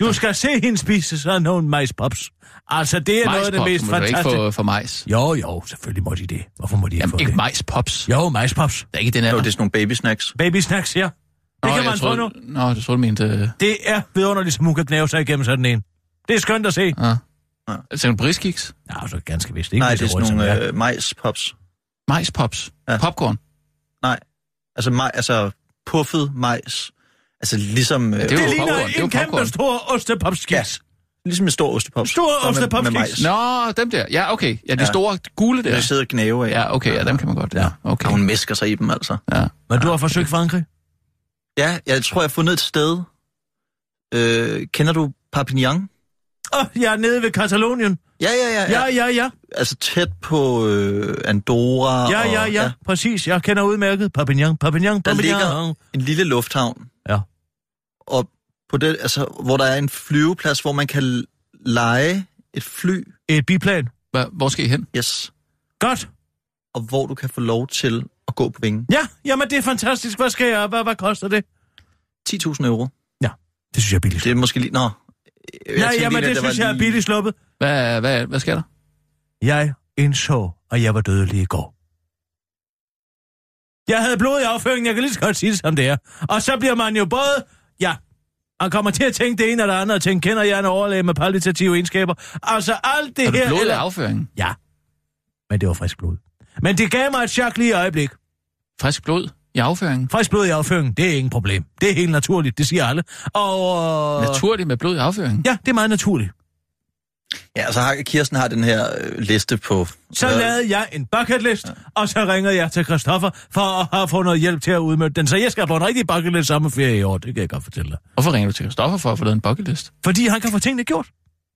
Du skal se hende spise sådan nogle majspops. Altså, det er noget af det
Majspop,
mest
må du ikke
fantastiske.
få for majs.
Jo, jo, selvfølgelig må de det. Hvorfor må de ikke
Jamen,
få
ikke
det?
majspops.
Jo, majspops.
Det er ikke den
Jo,
alder.
det er sådan nogle babysnacks.
Baby snacks, ja. Det kan
jeg
man få
troede,
nu.
Nå, jeg troede, du mente... Øh,
Det er vidunderligt, som hun kan knæve sig igennem sådan en. Det er skønt at se.
ah.
Ja.
Er det sådan nogle briskiks?
Nej, så ganske vist. Ikke
Nej,
lige
det er
så
sådan
rundt, som jeg.
nogle øh, majspops.
Majspops?
Ja.
Popcorn?
Altså, maj, altså puffet majs. Altså ligesom, øh,
det er
Det
jo
ligner
popcorn, det er
en
jo
kæmpe
popcorn.
stor ostepopskiks.
ligesom en stor ostepops.
Stor
bare med-
ostepops,
Med
ikke?
majs.
Nå, dem der. Ja, okay. Ja, de
Ja.
store gule
Det
der.
sidder og gnave af.
Ja, okay, ja, dem kan man godt. Ja, okay.
Og hun mesker sig i dem, altså.
Ja.
Men du har forsøgt Frankrig?
Ja, jeg tror, jeg har fundet et sted. Øh, kender du Perpignan?
Åh, oh, jeg er nede ved Katalonien.
Ja, ja, ja.
Ja,
ja.
ja, ja.
Altså tæt på øh, Andorra.
Ja,
og,
ja, ja. Præcis. Jeg kender udmærket. Perpignan, Perpignan,
Der
Perpignan.
ligger en lille lufthavn.
Ja.
Og på det, altså, hvor der er en flyveplads, hvor man kan lege et fly.
Et biplan.
Hva, hvor skal I hen?
Yes.
Godt.
Og hvor du kan få lov til at gå på vingen.
Ja, jamen det er fantastisk. Hvad skal jeg? Hvad, hvad koster det?
10.000 euro.
Det synes jeg er billigt.
Det er måske lige... Nå. Jeg tænkte
Nej,
egentlig,
jamen
at
det
var
synes jeg er
lige-
billigt sluppet.
Hvad, hvad, hvad sker der?
Jeg indså, at jeg var dødelig i går. Jeg havde blod i afføringen, jeg kan lige så godt sige det, som det er. Og så bliver man jo både... Ja, man kommer til at tænke det ene eller det andet, og tænke, kender jeg en overlæge med palliative egenskaber? Altså alt det
Har du
her...
blod
eller-
af afføringen?
Ja, men det var frisk blod. Men det gav mig et chok lige i øjeblik.
Frisk blod i afføringen?
Frisk blod i afføringen, det er ingen problem. Det er helt naturligt, det siger alle. Og... øh,
Naturligt med blod i afføringen?
Ja, det er meget naturligt.
Ja, så har, Kirsten har den her øh, liste på...
Så
hvad-
lavede jeg en bucket list, ja. og så ringede jeg til Christoffer for at have fået noget hjælp til at udmønte den. Så jeg skal på en rigtig bucket list sommerferie i år, det kan jeg godt fortælle dig.
Hvorfor ringer du til Christoffer for at få lavet en bucket list?
Fordi han kan få tingene gjort.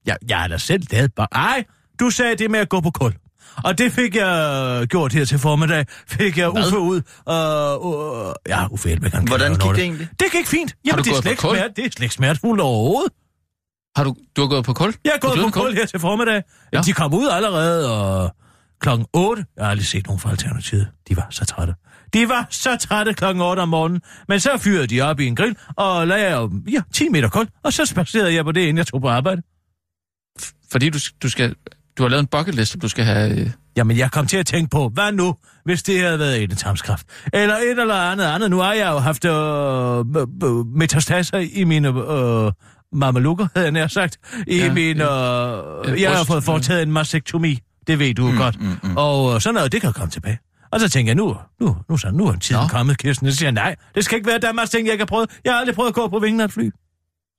Jeg, jeg har da selv lavet bare... Ej, du sagde det med at gå på kul. Og det fik jeg øh, gjort her til formiddag. Fik jeg Uffe ud. Øh, øh, ja, Uffe Elbegang.
Hvordan gik det egentlig?
Det gik fint. Jamen, det
du
er,
gået på
slet ikke
kul?
smert, det er slet ikke smertefuldt overhovedet.
Har du, du har gået på kul?
Jeg er gået
Du
på
døde
kul her til formiddag. Ja.
Ja.
De kom ud allerede og klokken 8. Jeg har aldrig set nogen fra Alternativet. De var så trætte. De var så trætte klokken 8 om morgenen. Men så fyrede de op i en grill og lagde jeg ja, 10 meter kul. Og så spacerede jeg på det, inden jeg tog på arbejde.
Fordi du, du, skal, du har lavet en bucket list, som du skal have... Øh,
Jamen, jeg kom til at tænke på, hvad nu, hvis det havde været endetarmskræft? Eller et eller andet andet. Nu har jeg jo haft øh, b- b- metastaser i mine øh, mamelukker, havde jeg nær sagt. I ja,
Ja,
mine... Øh, jeg har
bryst,
fået
ja.
foretaget en mastektomi. Det ved du jo mm, godt. Mm, mm. Og øh, sådan noget, det kan komme tilbage. Og så tænker jeg, nu, nu, nu, så, nu er tiden
Nå.
kommet, Kirsten. Så siger jeg, nej, det skal ikke være Danmarks ting, jeg ikke har prøvet. Jeg har aldrig prøvet at gå på vingen af et fly.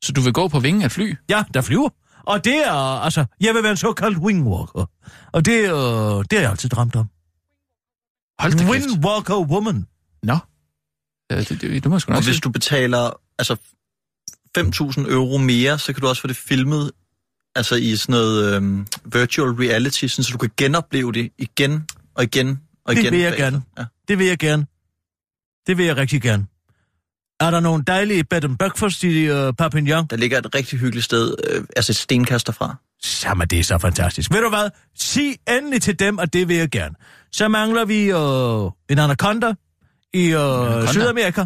så du vil gå på vingen af et fly?
Ja, der flyver. Og det er, altså, jeg vil være en såkaldt wingwalker. Og det, øh, det har jeg altid drømt om.
Hold da kæft.
Windwalker Woman.
Nå. Øh, det, det, det må jeg sgu
Og
nok
hvis
sige.
du betaler altså 5.000 euro mere, så kan du også få det filmet altså i sådan noget øhm, virtual reality, sådan, så du kan genopleve det igen og igen og
Det
igen.
vil jeg
bagefter.
gerne.
Ja.
Det vil jeg gerne. Det vil jeg rigtig gerne. Er der nogle dejlige bed and breakfast i uh, Papignon?
Der ligger et rigtig hyggeligt sted, øh, altså et stenkast derfra.
Jamen, det er så fantastisk. Ved du hvad? Sig endelig til dem, at det vil jeg gerne. Så mangler vi uh, en anaconda i uh,
anaconda?
Sydamerika.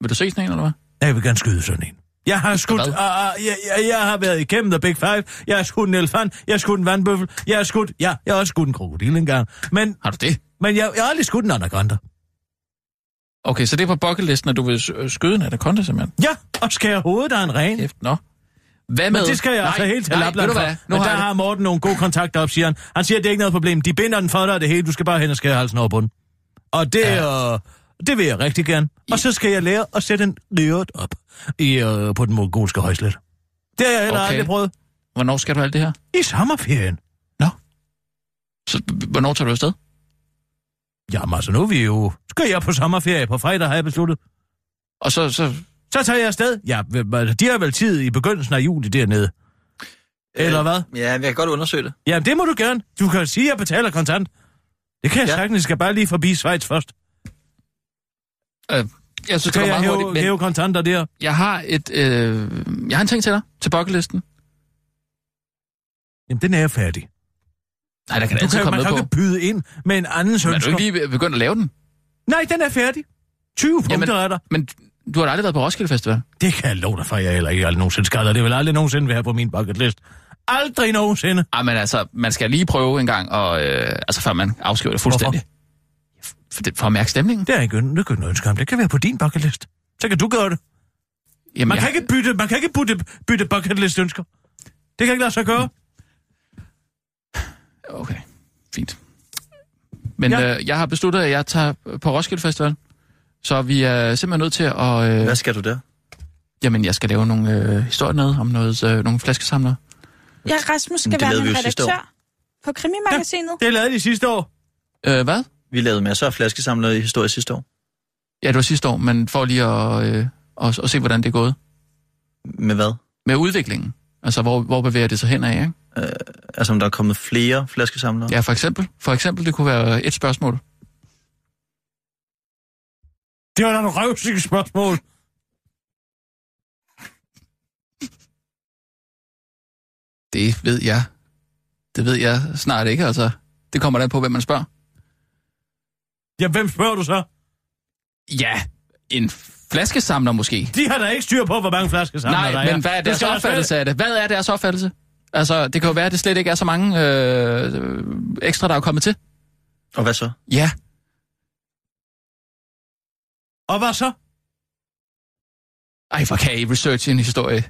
Vil du se sådan en, eller hvad?
Ja, Jeg vil gerne skyde sådan en. Jeg har skudt, uh,
Hvad?
uh, jeg, jeg, jeg har været igennem The Big Five, jeg har skudt en elefant, jeg har skudt en vandbøffel, jeg har skudt, ja, jeg har også skudt en krokodil engang. Men,
Har du det?
men jeg, jeg har aldrig skudt en anaconda.
Okay, så det er på bucketlisten, at du vil øh, skyde en anaconda, simpelthen.
Ja, og skære hovedet af en ren.
Kæft, nå. Hvad med...
Men det skal jeg
nej,
altså helt til
nej, ved
Lapland
du
for.
hvad? Nu
Men
har
der
jeg det.
har Morten nogle gode kontakter op, siger han. Han siger, at det er ikke noget problem. De binder den for dig og det hele. Du skal bare hen og skære halsen over bunden. Og det, ja. øh, det vil jeg rigtig gerne. Og så skal jeg lære at sætte en rivet op i, øh, på den mongolske højslet. Det har jeg heller okay.
Okay.
aldrig prøvet.
Hvornår skal du alt det her?
I sommerferien.
Så h- hvornår tager du afsted?
Jamen altså, nu er vi jo... Skal jeg på sommerferie på fredag, har jeg besluttet.
Og så, så
Så tager jeg afsted. Ja, de har vel tid i begyndelsen af juli dernede.
Øh,
Eller hvad?
Ja, jeg kan godt undersøge det.
Jamen, det må du gerne. Du kan sige, at jeg betaler kontant. Det kan jeg ja.
Ja.
sagtens. Jeg skal bare lige forbi Schweiz først.
øh, jeg
Så
synes, det
kan
går
jeg
meget
hæve,
hurtigt, men
hæve kontanter der.
jeg har et, øh, jeg har en ting til dig, til bucketlisten.
Jamen, den er jeg færdig.
Nej, der kan
Du
altid
kan,
komme
man
med
kan
på.
ikke byde ind med en anden
Men er du
ønsker.
ikke lige begyndt at lave den?
Nej, den er færdig. 20 punkter er der.
Men du har da aldrig været på Roskilde Festival.
Det kan jeg love dig for, jeg heller ikke aldrig nogensinde skal. og Det vil aldrig nogensinde være på min bucket list. Aldrig nogensinde.
Ej, men altså, man skal lige prøve en gang, og, øh, altså før man afskriver det fuldstændig. For, det- for at mærke stemningen.
Det er ikke, det kan ikke ønske om. Det kan være på din bucket list. Så kan du gøre det.
Jamen,
Man,
jeg,
kan, ikke bytte, man kan ikke bytte, bytte bucket list ønsker. Det kan ikke lade sig gøre.
Okay, fint. Men
Ja.
ja. øh, jeg har besluttet, at jeg tager på Roskilde Festival. Så vi er simpelthen nødt til at...
Hvad
Øh,
skal du der?
jamen, jeg skal lave nogle øh, historier ned om noget, øh, nogle flaskesamlere.
Ja, Rasmus skal
Det
være
lavede vi
min
jo sidste
redaktør på Krimimagasinet.
Det lavede de sidste år.
Øh, hvad?
Vi lavede masser af flaskesamlere i historie sidste år.
Ja, det var sidste år, men for lige at, øh, at, at se, hvordan det er gået.
Med hvad?
Med udviklingen. Altså, hvor, hvor bevæger det sig hen af, ikke?
Altså, om der er kommet flere flaskesamlere?
Ja, for eksempel. For eksempel, det kunne være et spørgsmål.
Det var da en røvsyg spørgsmål.
Det ved jeg. Det ved jeg snart ikke, altså. Det kommer an på, hvem man spørger.
Ja, hvem spørger du så?
Ja, en flaskesamler måske.
De har da ikke styr på, hvor mange flasker sammen der
Nej, men hvad er
Det
deres
skal der
opfattelse af det? Hvad er deres opfattelse? Altså, det kan jo være, at det slet ikke er så mange øh, øh, ekstra, der er kommet til.
Og hvad så?
Ja,
stadig- Og hvad så?
ej, hvor kan I researche en historie?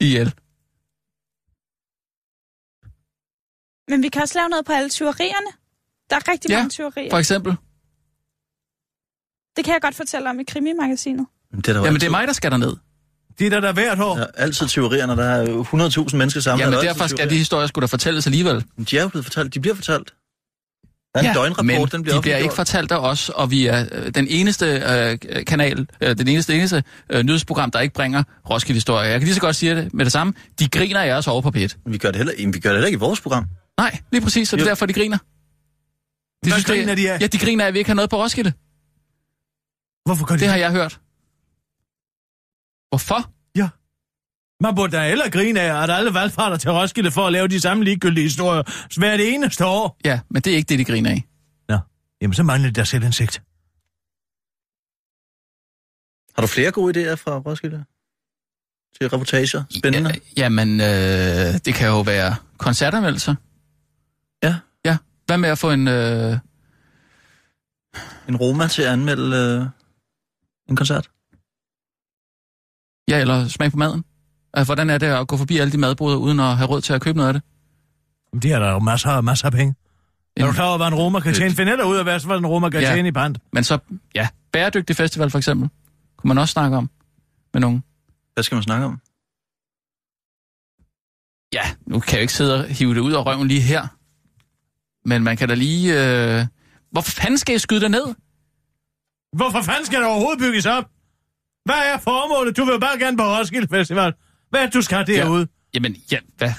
IL.
Men vi kan også lave noget på alle tyverierne. Der er rigtig
Ja,
mange tyverier.
For eksempel.
Det kan jeg godt fortælle om i Krimimagasinet.
Men Det er der jo
Jamen, det
altid.
er mig, der skal derned.
Det er der, der hvert år.
Der er altid teorier, når der er 100.000 mennesker sammen.
Jamen,
er der
derfor
altid
skal de historier skulle da fortælles alligevel.
teorier. De er jo blevet fortalt. De bliver fortalt. Der er en ja, døgnrapport,
men
den bliver
de bliver ikke
offentliggjort.
fortalt af os, og vi er øh, den eneste øh, kanal, øh, den eneste, eneste øh, nyhedsprogram, der ikke bringer Roskilde-historier. Jeg kan lige så godt sige det med det samme. De griner af os over på P1.
Vi gør det heller, jamen, vi gør det heller ikke i vores program.
Nej, lige præcis, så det er
Jo.
derfor, de griner. De
Hvad griner de af?
Ja, de griner af, at vi ikke har noget på Roskilde.
Hvorfor gør de
Det har jeg hørt. Hvorfor?
Ja. Man burde da heller grine af, at alle valgfarter til Roskilde for at lave de samme ligegyldige historier hver det eneste år.
Ja, men det er ikke det, de griner af.
Nå, jamen så mangler det der selvindsigt.
Har du flere gode idéer fra Roskilde? Til reportager? Spændende?
Ja, jamen, øh, det kan jo være koncertanmeldelser.
Ja.
Ja. Hvad med at få en... Øh,
En Roma til at anmelde øh, en koncert?
ja, eller smag på maden? Altså, hvordan er det at gå forbi alle de madboder, uden at have råd til at købe noget af det?
Jamen, de har der jo masser og masser af penge. Er du
Jamen.
klar over, hvad en romer kan tjene? Find heller ud af, hvad hvad en romer kan
Ja.
tjene i pant.
Men så, ja, bæredygtig festival for eksempel, kunne man også snakke om med nogen.
Hvad skal man snakke om?
Ja, nu kan jeg jo ikke sidde og hive det ud af røven lige her. Men man kan da lige... Øh, hvor fanden skal jeg skyde dig ned?
Hvorfor fanden skal der overhovedet bygges op? Hvad er formålet? Du vil jo bare gerne på Roskilde Festival. Hvad er det, du skal derude?
Jamen, ja, hvad?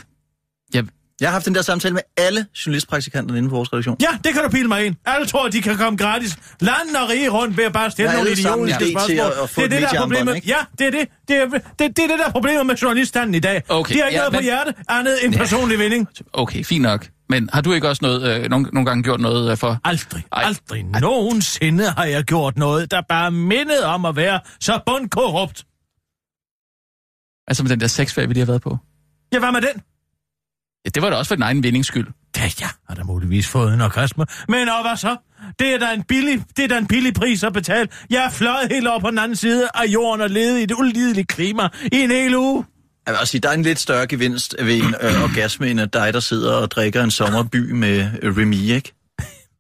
Jeg har haft den der samtale med alle journalistpraktikanterne inde på vores redaktion.
Ja. ja, det kan du pille mig ind. Alle tror, at de kan komme gratis land og rige rundt ved at bare stille
Ja,
nogle
alle sammen
idiotiske
idé
spørgsmål.
til at- at få
det er
et
det, der er
mediearmbånd,
problemet.
ikke?
Ja, det er det. Det er det, er- det, er det der er problemet med journaliststanden i dag.
Okay,
de har ikke
ja,
noget på
men-
hjerte andet end personlig vinding.
Okay, fint nok. Men har du ikke også noget, øh, nogle, nogle gange gjort noget øh, for...
Aldrig,
Ej.
aldrig nogensinde har jeg gjort noget, der bare mindede om at være så bundkorrupt.
Altså med den der sexferie, vi lige har været på?
Ja, hvad med den?
Ja, det var da også for din egen vindings skyld.
Ja, jeg har da muligvis fået en orgasme. Men og hvad så? Det er da en billig, det er da en billig pris at betale. Jeg er fløjet helt over på den anden side af jorden og levet i et ulideligt klima i en hel uge.
Jeg vil også sige, der er en lidt større gevinst ved en øh, orgasme, end at dig, der sidder og drikker en sommerby med øh, Remy, ikke?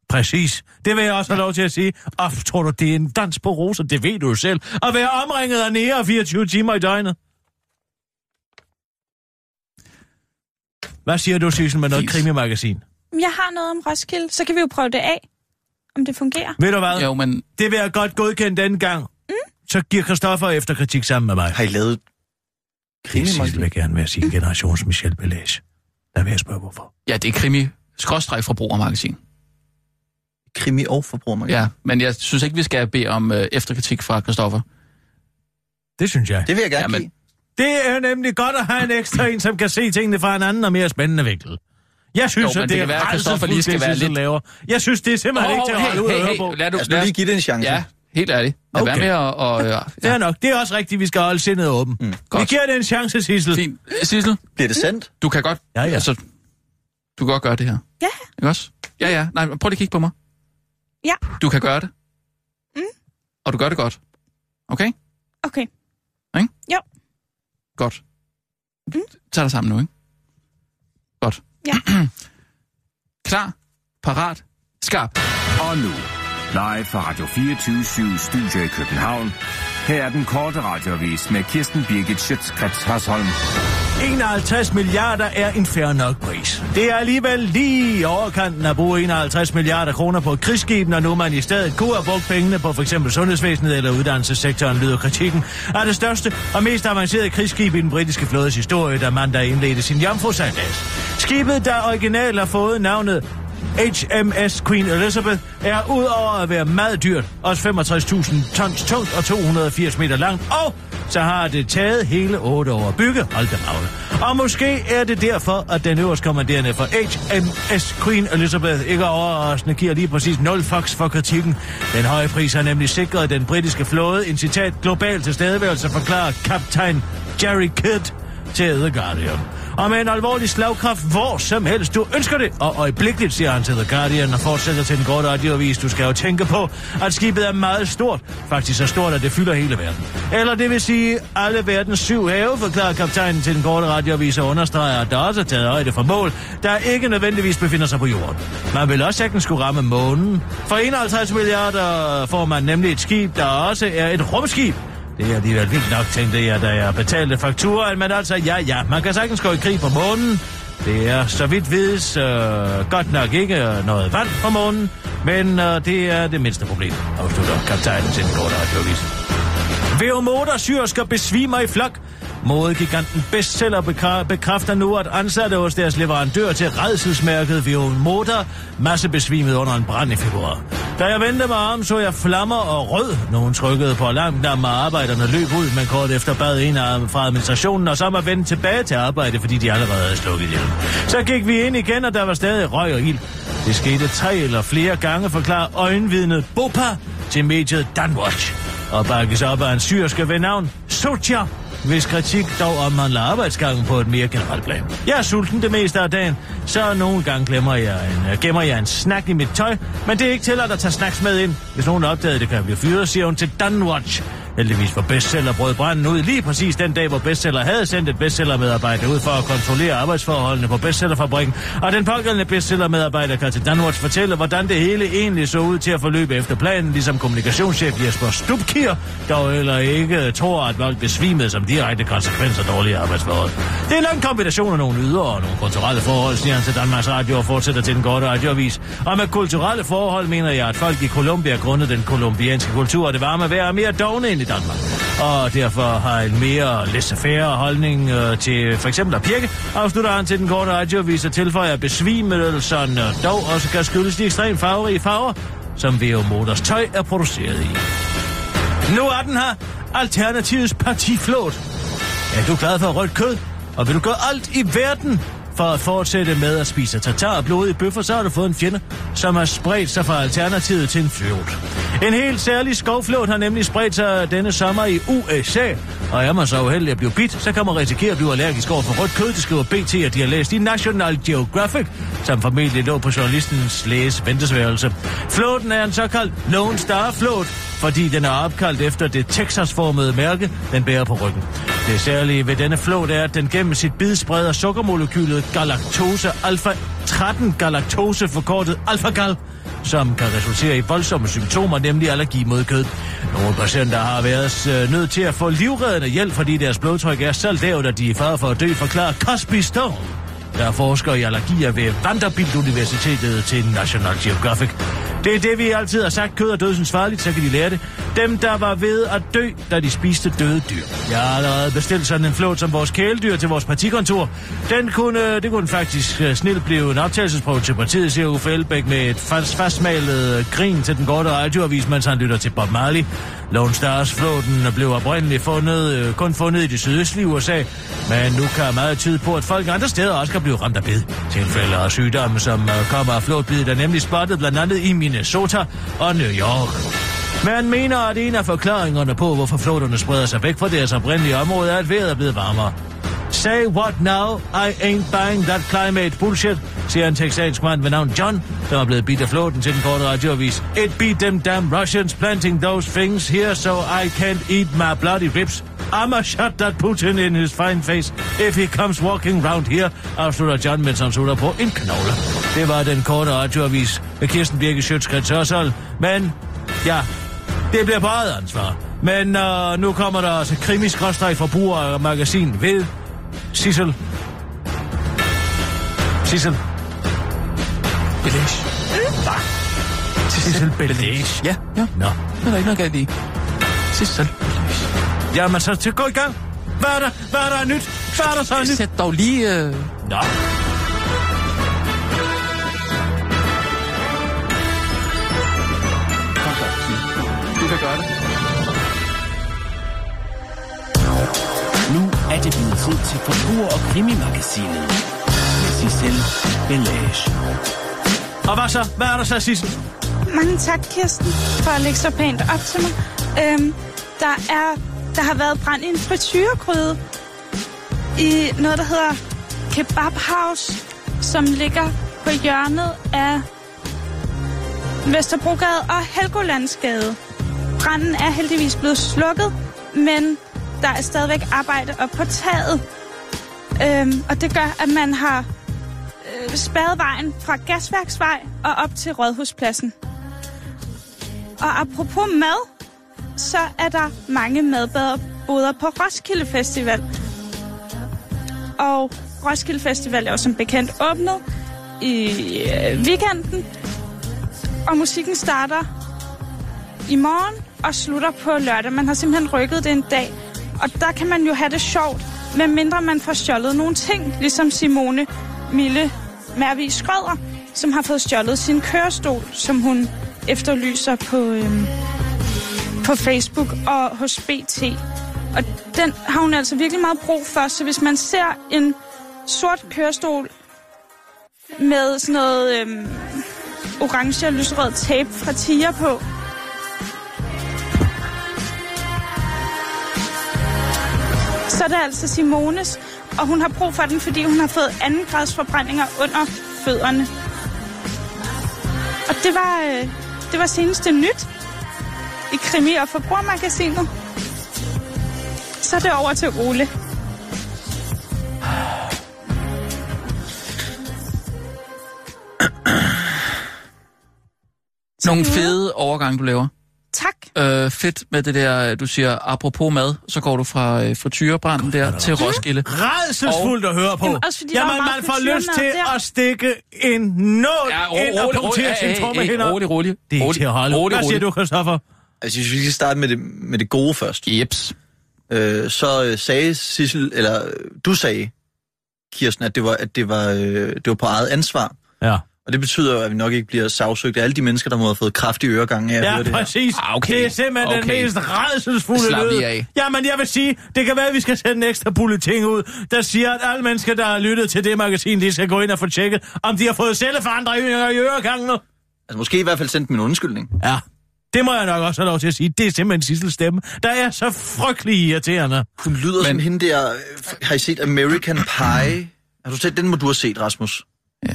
Præcis. Det vil jeg også have lov til at sige. Og tror du, det er en dans på roser? Det ved du jo selv. At være omringet af nære 24 timer i døgnet. Hvad siger du, Sissel, med noget
Fis.
krimimagasin?
Men Jeg har noget om Roskilde, så kan vi jo prøve det af, om det fungerer.
Ved du hvad?
Jo, men
Det vil jeg godt godkende den gang. Mm. Så giver Christoffer efterkritik sammen med mig.
Har I lavet
Det
krimi,
Sissel vil gerne være sin generations Michel Belæs. Der vil jeg spørge, hvorfor.
ja, det er krimi skråstreg forbrugermagasin.
krimi og forbruger,
Ja, men jeg synes ikke, vi skal bede om øh, efterkritik fra Christoffer.
Det synes jeg. Det...
Det vil jeg gerne
Jamen.
give.
det er nemlig godt at have en ekstra en, som kan se tingene fra en anden og mere spændende vinkel. Jeg synes,
Jo,
jo,
men
at
det
det,
kan være,
er
at Christoffer
rædselsfuldt,
lige
det
skal
skal
være
være lidt...
lidt-
laver. Jeg synes, det er simpelthen oh, ikke til at holde ud og høre på.
lad du,
Altså, nu lige give det en chance.
Ja, helt ærligt. Lad okay.
Okay.
være med at... Og, ja,
Det er nok. Det er også rigtigt, vi skal holde sindet åbent. Mm. Vi
Godt.
giver det en chance, Sissel.
Fint. Sissel,
Bliver det sandt?
du kan godt...
Ja, ja.
Altså, du kan godt gøre det her.
Ja.
Ikke også? Ja, ja. Nej, men prøv lige at kigge på mig.
Ja.
Du kan gøre det. Mm. Og du gør det godt. Okay?
Okay.
Godt. Mm. Tag dig sammen nu, ikke? Godt.
Ja.
Klar, parat, skarp.
Og nu, live fra Radio 24 Studio i København. Her er den korte radiovis med Kirsten Birgit Schøtzgrads Hasholm.
51 milliarder er en fair nok pris. Det er alligevel lige i overkanten at bruge 51 milliarder kroner på et krigsskib, når nu man i stedet kunne have brugt pengene på f.eks. sundhedsvæsenet eller uddannelsessektoren, lyder kritikken, er det største og mest avancerede krigsskib i den britiske flådes historie, da man der indledte sin jomfrusandags. Skibet, der originalt har fået navnet HMS Queen Elizabeth er udover at være meget dyrt, også 65.000 tons tungt og 280 meter langt, og så har det taget hele 8 år at bygge, hold da magle. Og måske er det derfor, at den øverstkommanderende for HMS Queen Elizabeth ikke overraskende giver lige præcis 0 fox for kritikken. Den høje pris har nemlig sikret den britiske flåde en citat global tilstedeværelse, forklarer kaptajn Jerry Kidd til The Guardian. Og med en alvorlig slagkraft, hvor som helst du ønsker det. Og øjeblikkeligt, siger han til The Guardian og fortsætter til den korte radioavis. Du skal jo tænke på, at skibet er meget stort. Faktisk så stort, at det fylder hele verden. Eller det vil sige, alle verdens syv have, forklarer kaptajnen til den korte radioavis og understreger, at der også er taget højde for mål, der ikke nødvendigvis befinder sig på jorden. Man vil også sagtens skulle ramme månen. For 51 milliarder får man nemlig et skib, der også er et rumskib. Det er alligevel vildt nok, tænkte jeg, da jeg betalte fakturaen, men altså, ja, ja, man kan sagtens gå i krig på månen. Det er, så vidt vides, øh, godt nok ikke øh, noget vand på månen, men øh, det er det mindste problem, afslutter kaptajnen til den korte radioavis. Veomoder syrsker besvimer i flok. Modegiganten bestseller bekra- bekræfter nu, at ansatte hos deres leverandør til redselsmærket Vion Motor massebesvimet under en brand i februar. Da jeg vendte mig om, så jeg flammer og rød. Nogen trykkede på alarmknappen, og arbejderne løb ud, men kort efter bad en af dem fra administrationen og så var vendt tilbage til arbejde, fordi de allerede havde slukket hjem. Så gik vi ind igen, og der var stadig røg og ild. Det skete tre eller flere gange, forklarer øjenvidnet Bopa til mediet Danwatch og bakkes op af en syrske ved navn Sotia, hvis kritik dog omhandler arbejdsgangen på et mere generelt plan. Jeg er sulten det meste af dagen, så nogle gange glemmer jeg en, øh, gemmer jeg en snak i mit tøj, men det er ikke tilladt at tage snacks med ind. Hvis nogen opdagede det, kan jeg blive fyret, siger hun til Dunwatch. Heldigvis var bestseller brød branden ud lige præcis den dag, hvor bestseller havde sendt et bestsellermedarbejder ud for at kontrollere arbejdsforholdene på bestsellerfabrikken, og den pågældende bestsellermedarbejder kan til Danwatch fortælle, hvordan det hele egentlig så ud til at forløbe efter planen, ligesom kommunikationschef Jesper Stubkir, der heller ikke tror, at folk besvimede som direkte konsekvens af dårlige arbejdsforhold. Det er en lang kombination af nogle ydre og nogle kulturelle forhold, siger han til Danmarks Radio og fortsætter til den korte radioavis. Og med kulturelle forhold mener jeg, at folk i Colombia grundet den kolumbianske kultur og det varme vejr er mere dogne end i Danmark. Og derfor har en mere laissez-faire holdning øh, til for eksempel at pirke, afslutter han til den korte radioavis og tilføjer, at besvimelsen øh, dog også kan skyldes de ekstremt farverige farver, som VO Motors tøj er produceret i. Nu er den her. Alternativets partiflåt. Er du glad for rødt kød? Og vil du gøre alt i verden for at fortsætte med at spise tatar og blodige bøffer, så har du fået en fjende, som har spredt sig fra alternativet til en flåt. En helt særlig skovflåt har nemlig spredt sig denne sommer i USA, og er man så uheldig at blive bit, så kan man risikere at blive allergisk over for rødt kød, det skriver BT, at de har læst i National Geographic, som formentlig lå på journalistens læges ventesværelse. Flåten er en såkaldt Lone Star-flåt, fordi den er opkaldt efter det Texas-formede mærke, den bærer på ryggen. Det særlige ved denne flåt er, at den gennem sit bid spreder sukkermolekylet galaktose alfa 13 galaktose forkortet alfa-gal, som kan resultere i voldsomme symptomer, nemlig allergi mod kød. Nogle patienter har været øh, nødt til at få livreddende hjælp, fordi deres blodtryk er så lavt, at de er i fare for at dø, forklarer Cosby Stone der forsker i allergier ved Vanderbilt Universitetet til National Geographic. Det er det, vi altid har sagt, kød er dødsens farligt, så kan de lære det. Dem, der var ved at dø, da de spiste døde dyr. Jeg har allerede bestilt sådan en flåt som vores kæledyr til vores partikontor. Den kunne, øh, det kunne faktisk øh, snilt blive en optagelsesprøve til partiet, siger Uffe Elbæk med et fast, fastmalet øh, grin til den korte radioavis, mens han lytter til Bob Marley. Lone Stars-flåten blev oprindeligt fundet, øh, kun fundet i det sydøstlige USA, men nu kan meget tyde på, at folk andre steder også kan blive ramt af bid. Tilfælde og sygdomme, som øh, kommer af flåtbid, er nemlig spottet blandt andet i Minnesota og New York. Man mener, at en af forklaringerne på, hvorfor flåterne spreder sig væk fra deres oprindelige område, er, at vejret er blevet varmere. Say what now? I ain't buying that climate bullshit, siger en texansk mand ved navn John, der er blevet bidt af flåten til den korte radioavis. It beat them damn Russians planting those things here, so I can't eat my bloody ribs. I'ma shut that Putin in his fine face, if he comes walking round here, afslutter John, mens han sutter på en knogle. Det var den korte radioavis med Kirsten Birke Sjøtskrets men ja, det bliver på eget ansvar. Men øh, nu kommer der altså krimisk rødstreg fra brugermagasin ved Sissel. Sissel.
Belæs.
Sissel Belæs.
Ja, ja.
Nå.
Det er der ikke noget galt i. Sissel. Belæs.
Jamen så til gå i gang. Hvad er der? Hvad er der af nyt? Hvad er der så af nyt?
Sæt dog lige... Øh...
Nå.
Du kan gøre det.
Nu er det blevet tid til Forbruger- og Krimimagasinet med Sissel Belage.
Og hvad så? Hvad er der så, Sissel?
Mange tak, Kirsten, for at lægge så pænt op til mig. Øhm, der, er, der har været brand i en frityregryde i noget, der hedder Kebab House, som ligger på hjørnet af Vesterbrogade og Helgolandsgade. Branden er heldigvis blevet slukket, men der er stadigvæk arbejde op på taget. Øhm, og det gør, at man har øh, spærret vejen fra Gasværksvej og op til Rådhuspladsen. Og apropos mad, så er der mange madboder på Roskilde Festival. Og Roskilde Festival er jo som bekendt åbnet i øh, weekenden. Og musikken starter i morgen og slutter på lørdag. Man har simpelthen rykket det en dag. Og der kan man jo have det sjovt medmindre man får stjålet nogle ting, ligesom Simone Mille Mærvig Skrøder, som har fået stjålet sin kørestol, som hun efterlyser på, øhm, på Facebook og hos BT. Og den har hun altså virkelig meget brug for, så hvis man ser en sort kørestol med sådan noget øhm, orange og lyserød tape fra Tia på, så er det altså Simones, og hun har brug for den, fordi hun har fået andengradsforbrændinger under fødderne. Og det var, øh, det var seneste nyt i Krimi- og Forbrugermagasinet. Så er det over til Ole.
Nogle fede overgange, du laver.
Tak.
Øh, fedt med det der, du siger, apropos mad, så går du fra, øh, fra Tyrebranden der til Roskilde.
Redselsfuldt at høre på.
Jamen, også fordi der
Jamen,
var meget
man får lyst til
frityrenad der.
at stikke en nål
Ja, ro-
ind og
rolig, rolig,
punktere
hey,
sin
hey,
tomme
hey,
hænder.
rolig, rolig.
Det er ikke
Rolig,
til at holde.
rolig,
Hvad siger
rolig.
du, Christoffer?
Jeg synes, Altså, vi skal starte med det, med det gode først.
Jeps.
Øh, så øh, sagde Sissel, eller øh, du sagde, Kirsten, at det var, at det var, øh, det var på eget ansvar.
Ja.
Og det betyder jo, at vi nok ikke bliver sagsøgt af alle de mennesker, der må have fået kraftige øregange af at
Ja,
høre det her.
præcis.
Ah, okay.
Det er simpelthen okay. den
Okay.
mest redselsfulde
Slap lige
lyd.
af.
Jamen, jeg vil sige, det kan være, at vi skal sætte en ekstra bulletin ud, der siger, at alle mennesker, der har lyttet til det magasin, de skal gå ind og få tjekket, om de har fået celleforandringer i øregangene.
Altså måske i hvert fald sendt min undskyldning.
Ja, det må jeg nok også have lov til at sige. Det er simpelthen Sissels stemme, der er så frygtelig irriterende.
Hun lyder Men... som hende der, øh, har I set American Pie? Har du set, den må du have set, Rasmus. Ja.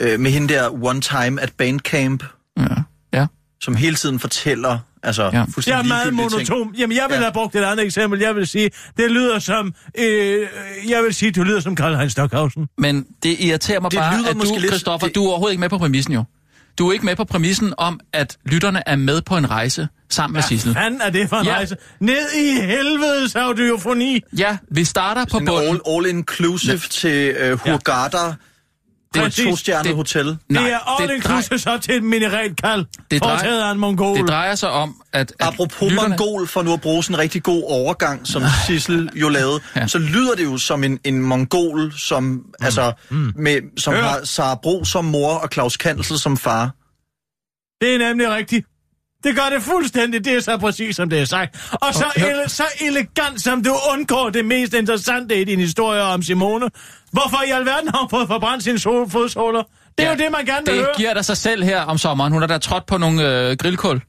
Øh, med hende der One Time at Bandcamp,
Ja. ja.
som hele tiden fortæller, altså ja.
Jeg er
fuldstændig
Jeg er meget
ligegyldige ting.
monotom. Jamen, jeg vil
Ja.
have brugt et andet eksempel. Jeg vil sige, det lyder som... Øh, jeg vil sige, du lyder som Karl-Heinz Stockhausen.
Men det irriterer mig
Det
det bare,
lyder
at
måske
du,
lidt-
Christoffer, det...
det-
du er overhovedet ikke med på præmissen jo. Du er ikke med på præmissen om, at lytterne er med på en rejse sammen med Sissel.
Fanden er det for en
Mm. Ja.
rejse? Ned i helvedes audiofoni.
Ja, vi starter på
En all,
bunden.
all-inclusive til øh, Hurghada. Ja. Det er et
Præcis.
to-stjernet
Det-
hotel.
Nej,
det er all
det, drej,
inclusive op til et mineralkald,
Det drej-
foretaget af en mongol.
det drejer sig om, at, at
Apropos mongol, for nu at bruge sådan en rigtig god overgang, som Sissel jo lavede, ja.
Ja.
så lyder det jo som en, en mongol, som, mm. altså, med, som
Hør.
har Sara Bro som mor og Claus Kansel som far.
Det er nemlig rigtigt. Det gør det fuldstændig, det er så præcis, som det er sagt. Og så,
hør.
ele- så elegant, som du undgår det mest interessante i din historie om Simone. Hvorfor i alverden har hun fået forbrændt sine sol- fodsåler? Det er ja, jo det, man gerne vil
Det
høre.
giver dig sig selv her om sommeren. Hun er da trådt på nogle øh, grillkål.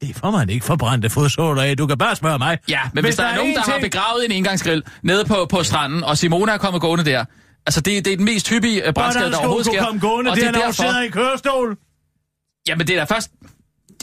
Det får man ikke forbrændte fodsåler af. Du kan bare spørge mig.
Ja, men hvis, hvis der, er nogen,
én
der har
ting-
begravet en engangsgrill nede på, på stranden, og Simona er kommet gående der, altså det, det er den mest hyppige øh,
Hvordan
brandskade, der
skulle hun
overhovedet
kunne
sker.
komme gående,
og
det
det
er,
er
når hun
derfor,
sidder i kørestol?
jamen det er da først,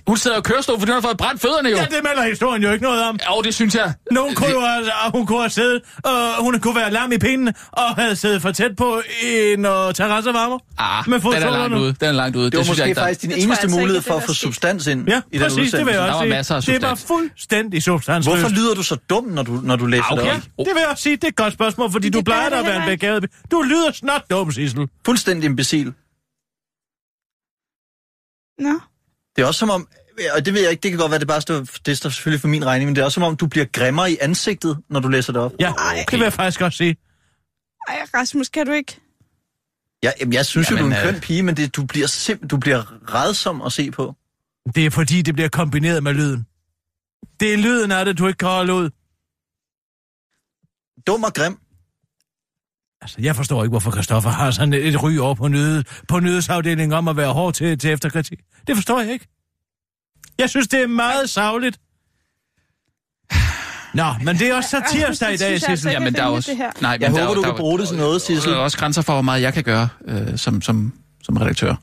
hun sidder jo i kørestol, fordi hun har fået brændt fødderne jo.
Ja, det melder historien jo ikke noget om.
Jo, det synes jeg. Ah,
Nogen kunne jo altså, og hun kunne have siddet, og hun kunne være lam i pinden, og havde siddet for tæt på, øh, når terrasser varmer.
Ah, den er langt ude. Den er langt ude.
Det, det var
synes jeg
måske
ikke, der-
faktisk din
Det tror jeg
eneste
altså ikke,
mulighed
det
for at
var
få
sket.
substans ind
Ja,
i den
præcis, det vil jeg
Der
udsendelse.
også
var
sige.
masser af
Det var
substans.
fuldstændig substansløst.
Hvorfor lyder du så dum, når du, når du læser
Ah,
det
okay.
op?
Det vil jeg også sige, det er et godt spørgsmål, fordi
Det
du
gør
plejer
det
da at være en
heller ikke.
begavet... Du lyder snart dum, Sissel.
Fuldstændig imbecil.
Nå.
Det er også som om, og det ved jeg ikke, det kan godt være, det bare står, det står selvfølgelig for min regning, men det er også som om, du bliver grimmere i ansigtet, når du læser det op.
Ja, det vil jeg faktisk også sige.
Ej, Rasmus, kan du ikke?
Ja, jamen, jeg synes jo,
Jamen,
du er en
øh,
køn pige, men det, du bliver simp- du bliver redsom at se på.
Det er fordi, det bliver kombineret med lyden. Det er lyden af det, du ikke kan holde ud.
Dum og grim.
Altså, jeg forstår ikke, hvorfor Christoffer har sådan et ry over på, nyde, på nyhedsafdelingen om at være hård til, til efterkritik. Det forstår jeg ikke. Jeg synes, det er meget savligt. Nå, men det er også så tirsdag i
Det
dag,
synes jeg altså
Sissel.
ikke.
Jamen, der er
rimeligt,
også...
det her.
Nej, men
Jeg
der,
håber,
er-
du
der,
kan bruge det til noget,
Der
Sissel.
er også grænser for, hvor meget jeg kan gøre øh, som, som, som redaktør.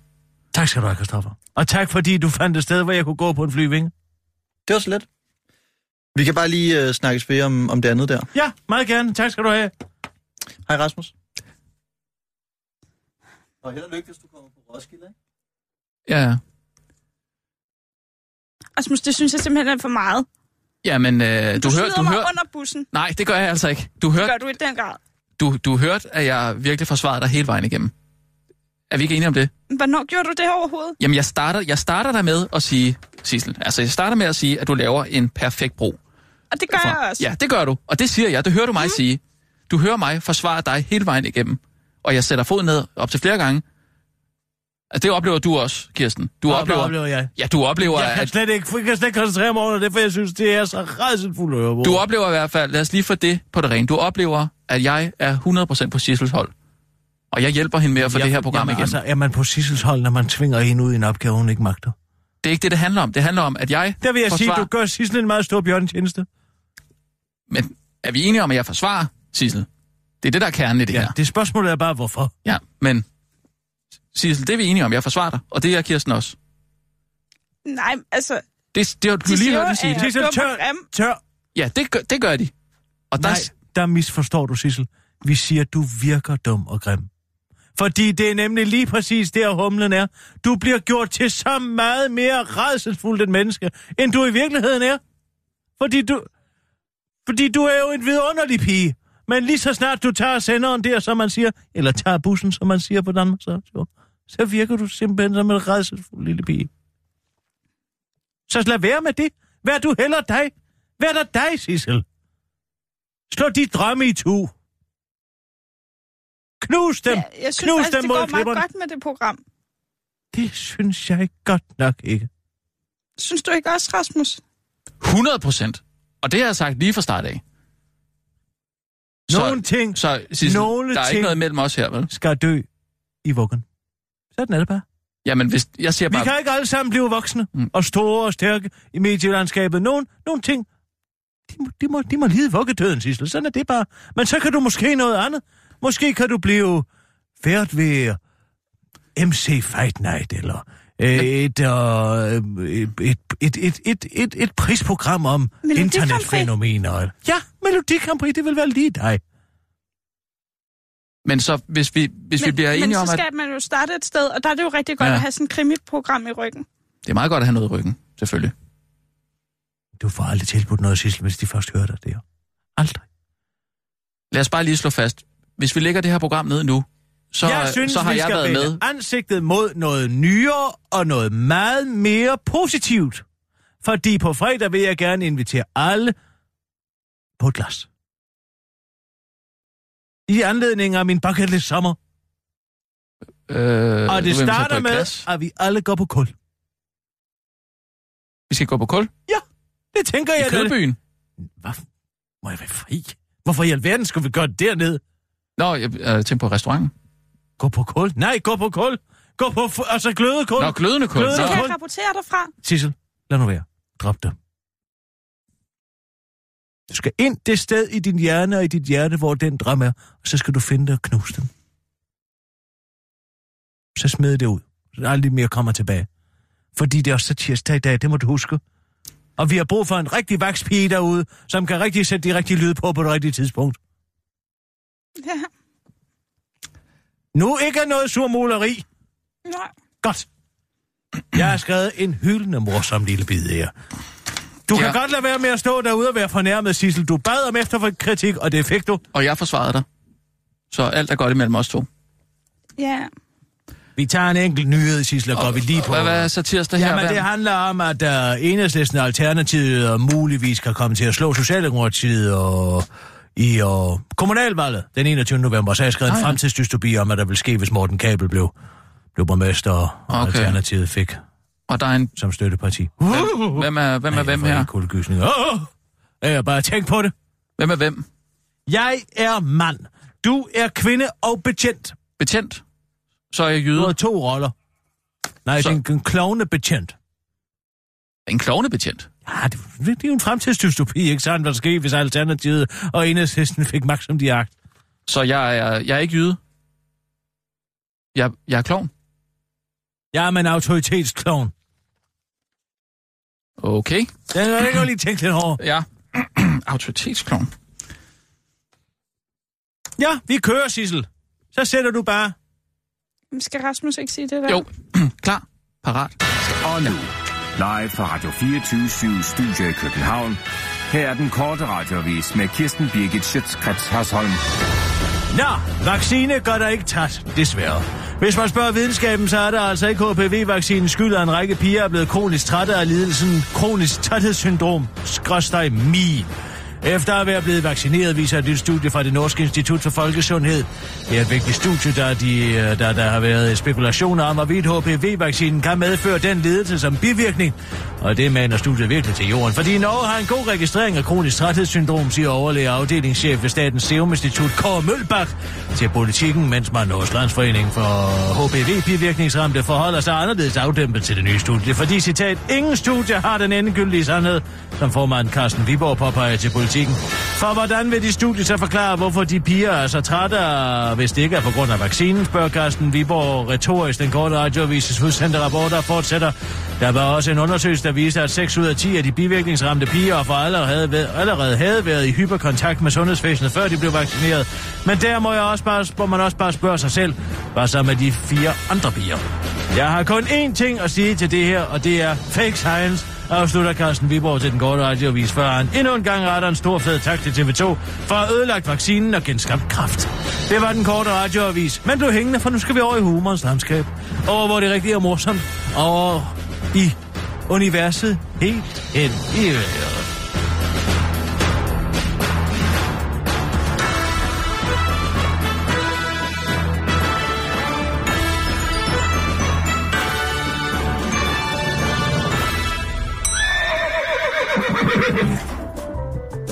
Tak skal du have, Christoffer. Og tak, fordi du fandt et sted, hvor jeg kunne gå på en flyvinge.
Det var så let. Vi kan bare lige øh, snakkes ved om, om det andet der.
Ja, meget gerne. Tak skal du have.
Hej Rasmus. Og held og lykke, hvis du kommer på Roskilde. ikke?
Ja,
Rasmus, det synes jeg simpelthen er for meget.
ja men øh, du,
smider
hører... Du
mig
hører
under bussen.
nej, det gør jeg altså ikke. Du
Det
hørte,
gør du i den grad.
du, du hørte, at jeg virkelig forsvarede dig hele vejen igennem. Er vi ikke enige om det?
Hvornår gjorde du det overhovedet?
Jamen, jeg starter, jeg starter der med at sige, Sissel, altså jeg starter med at sige, at du laver en perfekt bro.
Og det gør jeg også. Mhm.
Ja, det gør du. Og det siger jeg, det hører du mig sige. Du hører mig forsvare dig hele vejen igennem, og jeg sætter foden ned op til flere gange. Altså, det oplever du også, Kirsten. Du
Nå,
oplever,
det oplever jeg.
Ja, du oplever,
Jeg kan
at,
slet ikke, jeg kan slet ikke koncentrere mig over det, for jeg synes, det er så redselfuldt at høre på.
du oplever i hvert fald, lad os lige få det på det rene, du oplever, at jeg er 100% på Sissels hold. Og jeg hjælper hende med at få det her program
jamen,
igen.
Altså, er man på Sissels hold, når man tvinger hende ud i en opgave, hun ikke magter?
Det er ikke det, det handler om. Det handler om, at jeg
Der vil jeg
forsvarer...
sige, du gør Sissel en meget stor bjørnetjeneste.
Men er vi enige om, at jeg forsvarer Sissel? Det er det, der er kernen i det ja. her.
Det spørgsmål er bare, hvorfor?
Ja, men Sissel, det er vi enige om. Jeg forsvarer dig, og det er Kirsten også.
Nej, altså...
Det, det har du lige
siger
hørt
jo,
dem sige
at
det.
jeg
Sissel,
er dum og
tør-
grim.
Tør.
Ja, det gør, det gør de. Og der,
Nej, der misforstår du, Sissel. Vi siger, du virker dum og grim. Fordi det er nemlig lige præcis der, humlen er. Du bliver gjort til så meget mere redselsfuldt et menneske, end du i virkeligheden er. Fordi du, fordi du er jo en vidunderlig pige. Men lige så snart du tager senderen der, som man siger, eller tager bussen, som man siger på Danmarks Radio, så virker du simpelthen som en redselsfuld lille pige. Så lad være med det. Vær du heller dig. Vær der dig, Sissel. Slå de drømme i tu. Knus dem.
Jeg, jeg synes
Knus
faktisk,
dem
det
mod
går meget
klipperne.
godt med det program.
Det synes jeg godt nok ikke.
Synes du ikke også, Rasmus?
100 procent. Og det har jeg sagt lige fra start af.
Nogle ting
Så Sissel,
Nogle
der er
ting-
ikke noget mellem os her, vel?
skal dø i vuggen. Sådan er det bare.
Jamen, hvis, jeg siger
Vi
bare...
kan ikke alle sammen blive voksne
Mm.
mm. og store og stærke i medielandskabet. Nogen, nogle ting, de, må- de, må, de må lide vuggedøden, Sissel. Sådan er det bare. Men så kan du måske noget andet. Måske kan du blive færd ved MC Fight Night, eller øh, et, øh, et, et, et, et, et, et, et prisprogram om
Melodi Grand Prix.
internetfænomener. Ja, Melodi Grand Prix, det vil være lige dig.
Men så, hvis vi, hvis vi bliver
men
enige om,
så
at...
skal man jo starte et sted, og der er det jo rigtig godt
Ja.
ja. at have sådan et krimiprogram i ryggen.
Det er meget godt at have noget i ryggen, selvfølgelig.
Du får aldrig tilbudt noget, Sissel, hvis de først hører dig der. Aldrig.
Lad os bare lige slå fast. Hvis vi lægger det her program ned nu, så,
jeg synes,
så har
vi
jeg
skal
været
vende
med.
ansigtet mod noget nyere og noget meget mere positivt. Fordi på fredag vil jeg gerne invitere alle på et glas. I anledning af min bucket list sommer. og
Øh, nu vil
det
vi så gå
starter
i
med,
glas.
at vi alle går på kul.
Vi skal gå på kul
Det tænker
i
jeg... da-
Kødbyen.
Hvad? Må jeg være fri? Hvorfor i alverden skulle vi gøre det dernede?
Nå, jeg øh, tænker på restauranten.
Gå på kul? Nej, gå på kul. Gå på... F- altså glødekul.
Nå, glødende kul.
Glødende
Nå.
Så kan
kun-
jeg rapportere dig fra.
Sissel, lad nu være. Drop det. Du skal ind det sted i din hjerne og i dit hjerte, hvor den drøm er, og så skal du finde det og knuse den. Så smid det ud, så det aldrig mere kommer tilbage. Fordi det er også tirsdag i dag, det må du huske. Og vi har brug for en rigtig vakspige derude, som kan rigtig sætte de rigtige lyd på på det rigtige tidspunkt.
Ja.
Nu ikke er noget surmuleri.
Nej.
Godt. Jeg har skrevet en hyldende morsom lille bid her. Du ja.
Ja.
kan godt lade være med at stå derude og være fornærmet, Sissel. Du bad om efter for kritik, og det fik du.
Og jeg forsvarede dig. Så alt er godt imellem os to.
Ja.
Vi tager en enkelt nyhed, Sissel, og går vi lige på.
Hvad, hvad er så tirsdag her?
Jamen, det
har...
handler om, at uh, enhedslisten og Alternativet uh, muligvis kan komme til at slå Socialdemokratiet og i og kommunalvalget den 21. november. Så har jeg skrevet en
Ah, ja.
fremtidsdystopi om, hvad der ville ske, hvis Morten Kabel blev, blev borgmester, og
Okay.
okay. Alternativet fik
Og der er en...
som støtteparti. Uhuh.
Hvem er hvem, er, hvem her?
Kuldegysning. Åh! Jeg bare tænk på det.
Hvem er hvem?
Jeg er mand. Du er kvinde og betjent.
Betjent? Så er jeg
Du har
jyde.
to roller. Nej,
Så-
Så... en, en klovne betjent.
En klovnebetjent.
Ja, Ah, det, det er jo en fremtidsdystopi, ikke sandt? Hvad der sker, hvis Alternativet og Enhedslisten fik magt, som de har agt?
Så jeg er, jeg er ikke jyde. Jeg, jeg er klovn.
Jeg er med en autoritetsklovn.
Okay.
Den er jeg godt lige tænkt lidt over.
Ja. Autoritetsklovn.
Ja, vi kører, Sissel. Så sætter du bare...
Men Skal Rasmus ikke sige det der?
Jo. Klar. Parat.
Og nu, live fra Radio 24 Studio i København. Her er den korte radiovis med Kirsten Birgit Schøtzgrads Hasholm.
Nå, vaccine gør der ikke træt, desværre. Hvis man spørger videnskaben, så er der altså ikke HPV-vaccinen skyld, at en række piger er blevet kronisk trætte af lidelsen kronisk træthedssyndrom, skråstrej mi.
Efter at være blevet vaccineret, viser et nyt studie fra det Norske Institut for Folkesundhed. Det er et vigtigt studie, der, de, øh, der, der har været spekulationer om, hvorvidt HPV-vaccinen kan medføre den lidelse som bivirkning. Og det maner studiet virkelig til jorden, fordi Norge har en god registrering af kronisk træthedssyndrom, siger overlæge afdelingschef ved Statens Serum Institut Kåre Mølbak til politikken, mens man Norges Landsforening for HPV-bivirkningsramte forholder sig anderledes afdæmpet til det nye studie, fordi citat, ingen studie har den endegyldige sandhed, som formand Carsten Viborg påpeger til politikken. For hvordan vil de studier så forklare, hvorfor de piger er så trætte, hvis det ikke er på grund af vaccinen, spørger Carsten Viborg retorisk. Den korte radioavises udsendte rapport, der fortsætter. Der var også en undersøgelse, der viste, at 6 ud af 10 af de bivirkningsramte piger og for allerede, ved, allerede havde været i hyperkontakt med sundhedsvæsenet, før de blev vaccineret. Men der må, jeg også bare, må man også bare spørge sig selv, hvad så med de fire andre piger? Jeg har kun én ting at sige til det her, og det er fake science, afslutter Carsten Viborg til den korte radioavis, før han endnu en gang retter en stor fed tak til TV2 for at have ødelagt vaccinen og genskabt kraft. Det var den korte radioavis, men blev hængende, for nu skal vi over i humorens landskab. Over hvor det rigtigt er morsomt, og i universet helt hen i øret.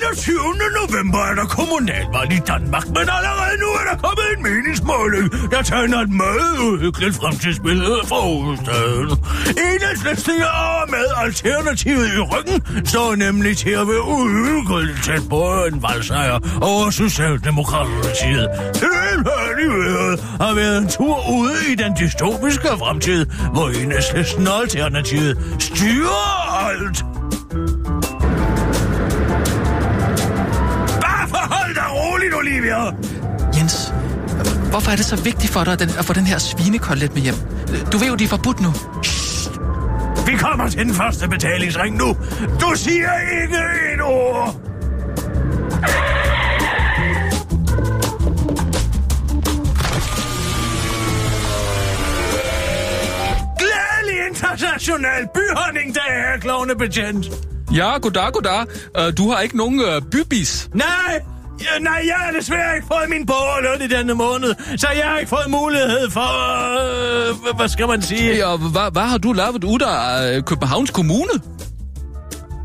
Den 21. november er der kommunalvalg i Danmark, men allerede nu er der kommet en meningsmåling, der tegner et meget uhyggeligt fremtidsbillede for hovedstaden. Enhedslisten er med alternativet i ryggen, står nemlig til at være uhyggeligt tæt på en valgsejr over Socialdemokratiet. Tilhørt i vejret har været en tur ude i den dystopiske fremtid, hvor enhedslisten og alternativet styrer alt. Olivia!
Jens, hvorfor er det så vigtigt for dig at, den, at få den her svinekotelet med hjem? Du ved jo, de er forbudt nu. Shh.
Vi kommer til den første betalingsring nu. Du siger ikke et ord! Glædelig international byhånding, der er klovne betjent.
Ja, goddag, goddag. Uh, du har ikke nogen uh, bybis.
Nej, Ja, nej, jeg har desværre ikke fået min borgerløn i denne måned, så jeg har ikke fået mulighed for... Øh, hvad skal man sige?
Ja, hvad, hvad har du lavet ud af øh, Københavns Kommune?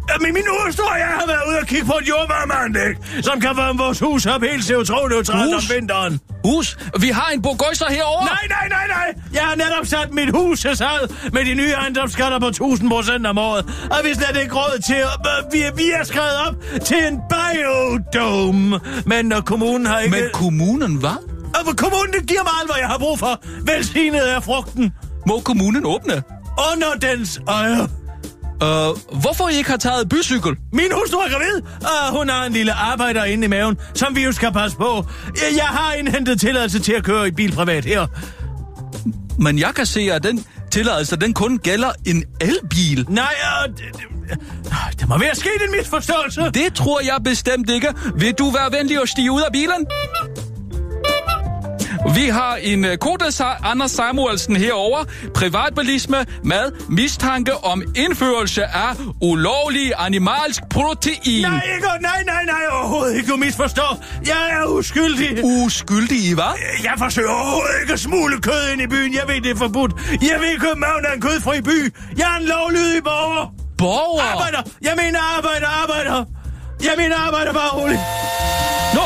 Ja, men min hustru og jeg har været ude og kigge på et jordvarmeanlæg, som kan varme vores hus op helt CO2-neutralt om vinteren.
Hus? Vi har en burgøjser herovre.
Nej, nej, nej, nej. Jeg har netop sat mit hus til salg med de nye ejendomsskatter på 1000 procent om året. Og vi slet ikke råd til at... Vi, vi er skrevet op til en biodome. Men når kommunen har ikke...
Men kommunen, hvad?
Og kommunen giver mig alt, hvad jeg har brug for. Velsignet er frugten.
Må kommunen åbne?
Under dens øje.
Uh, hvorfor I ikke har taget bycykel?
Min hustru er gravid, og hun har en lille arbejder inde i maven, som vi jo skal passe på. Jeg har indhentet tilladelse til at køre i bil privat her.
Men jeg kan se, at den tilladelse, den kun gælder en elbil.
Nej, uh, det, det, det må være sket en misforståelse.
Det tror jeg bestemt ikke. Vil du være venlig at stige ud af bilen? Vi har en øh, kodes Anders Samuelsen herover. Privatbilisme med mistanke om indførelse af ulovlig animalsk protein.
Nej, ikke, nej, nej, nej, overhovedet ikke. Du misforstår. Jeg er uskyldig.
Uskyldig i hvad?
Jeg forsøger overhovedet ikke at smule kød ind i byen. Jeg ved, det er forbudt. Jeg ved, København er en kødfri by. Jeg er en lovlydig borger.
Borger?
Arbejder. Jeg mener arbejder, arbejder. Jeg mener arbejder bare roligt.
Nå,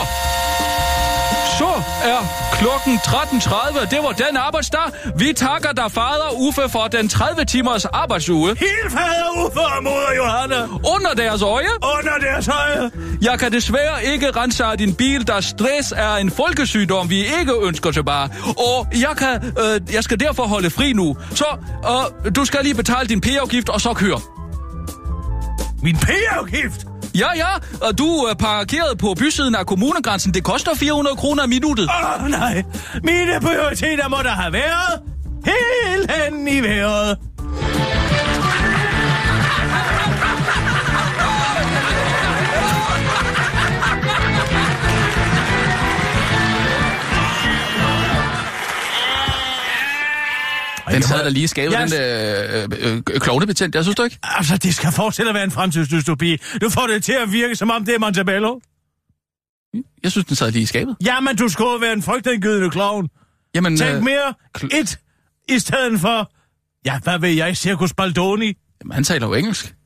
så er klokken 13.30. Det var den arbejdsdag. Vi takker dig, fader Uffe, for den 30-timers arbejdsuge.
Hele fader Uffe og moder Johanne.
Under deres øje.
Under deres øje.
Jeg kan desværre ikke rense af din bil, da stress er en folkesygdom, vi ikke ønsker til bare. Og jeg, kan, øh, jeg skal derfor holde fri nu. Så øh, du skal lige betale din p-afgift, og så kør.
Min p-afgift?
Ja, ja, og du er parkeret på bysiden af kommunegrænsen. Det koster 400 kroner i minuttet.
Åh, oh, nej. Mine prioriteter må der have været helt hen i vejret.
Den sad der lige skabet, yes. den der øh, øh, klovnebetjent, der synes du ikke?
Altså, det skal fortsætte at være en fremtidsdystopi. Du får det til at virke, som om det er Montebello.
Jeg synes, den sad lige i skabet.
Jamen, du skulle være en frygtindgydende klovn. Jamen, Tænk øh, mere kl- et i stedet for, ja, hvad ved jeg, Circus Baldoni.
Jamen, han taler jo engelsk.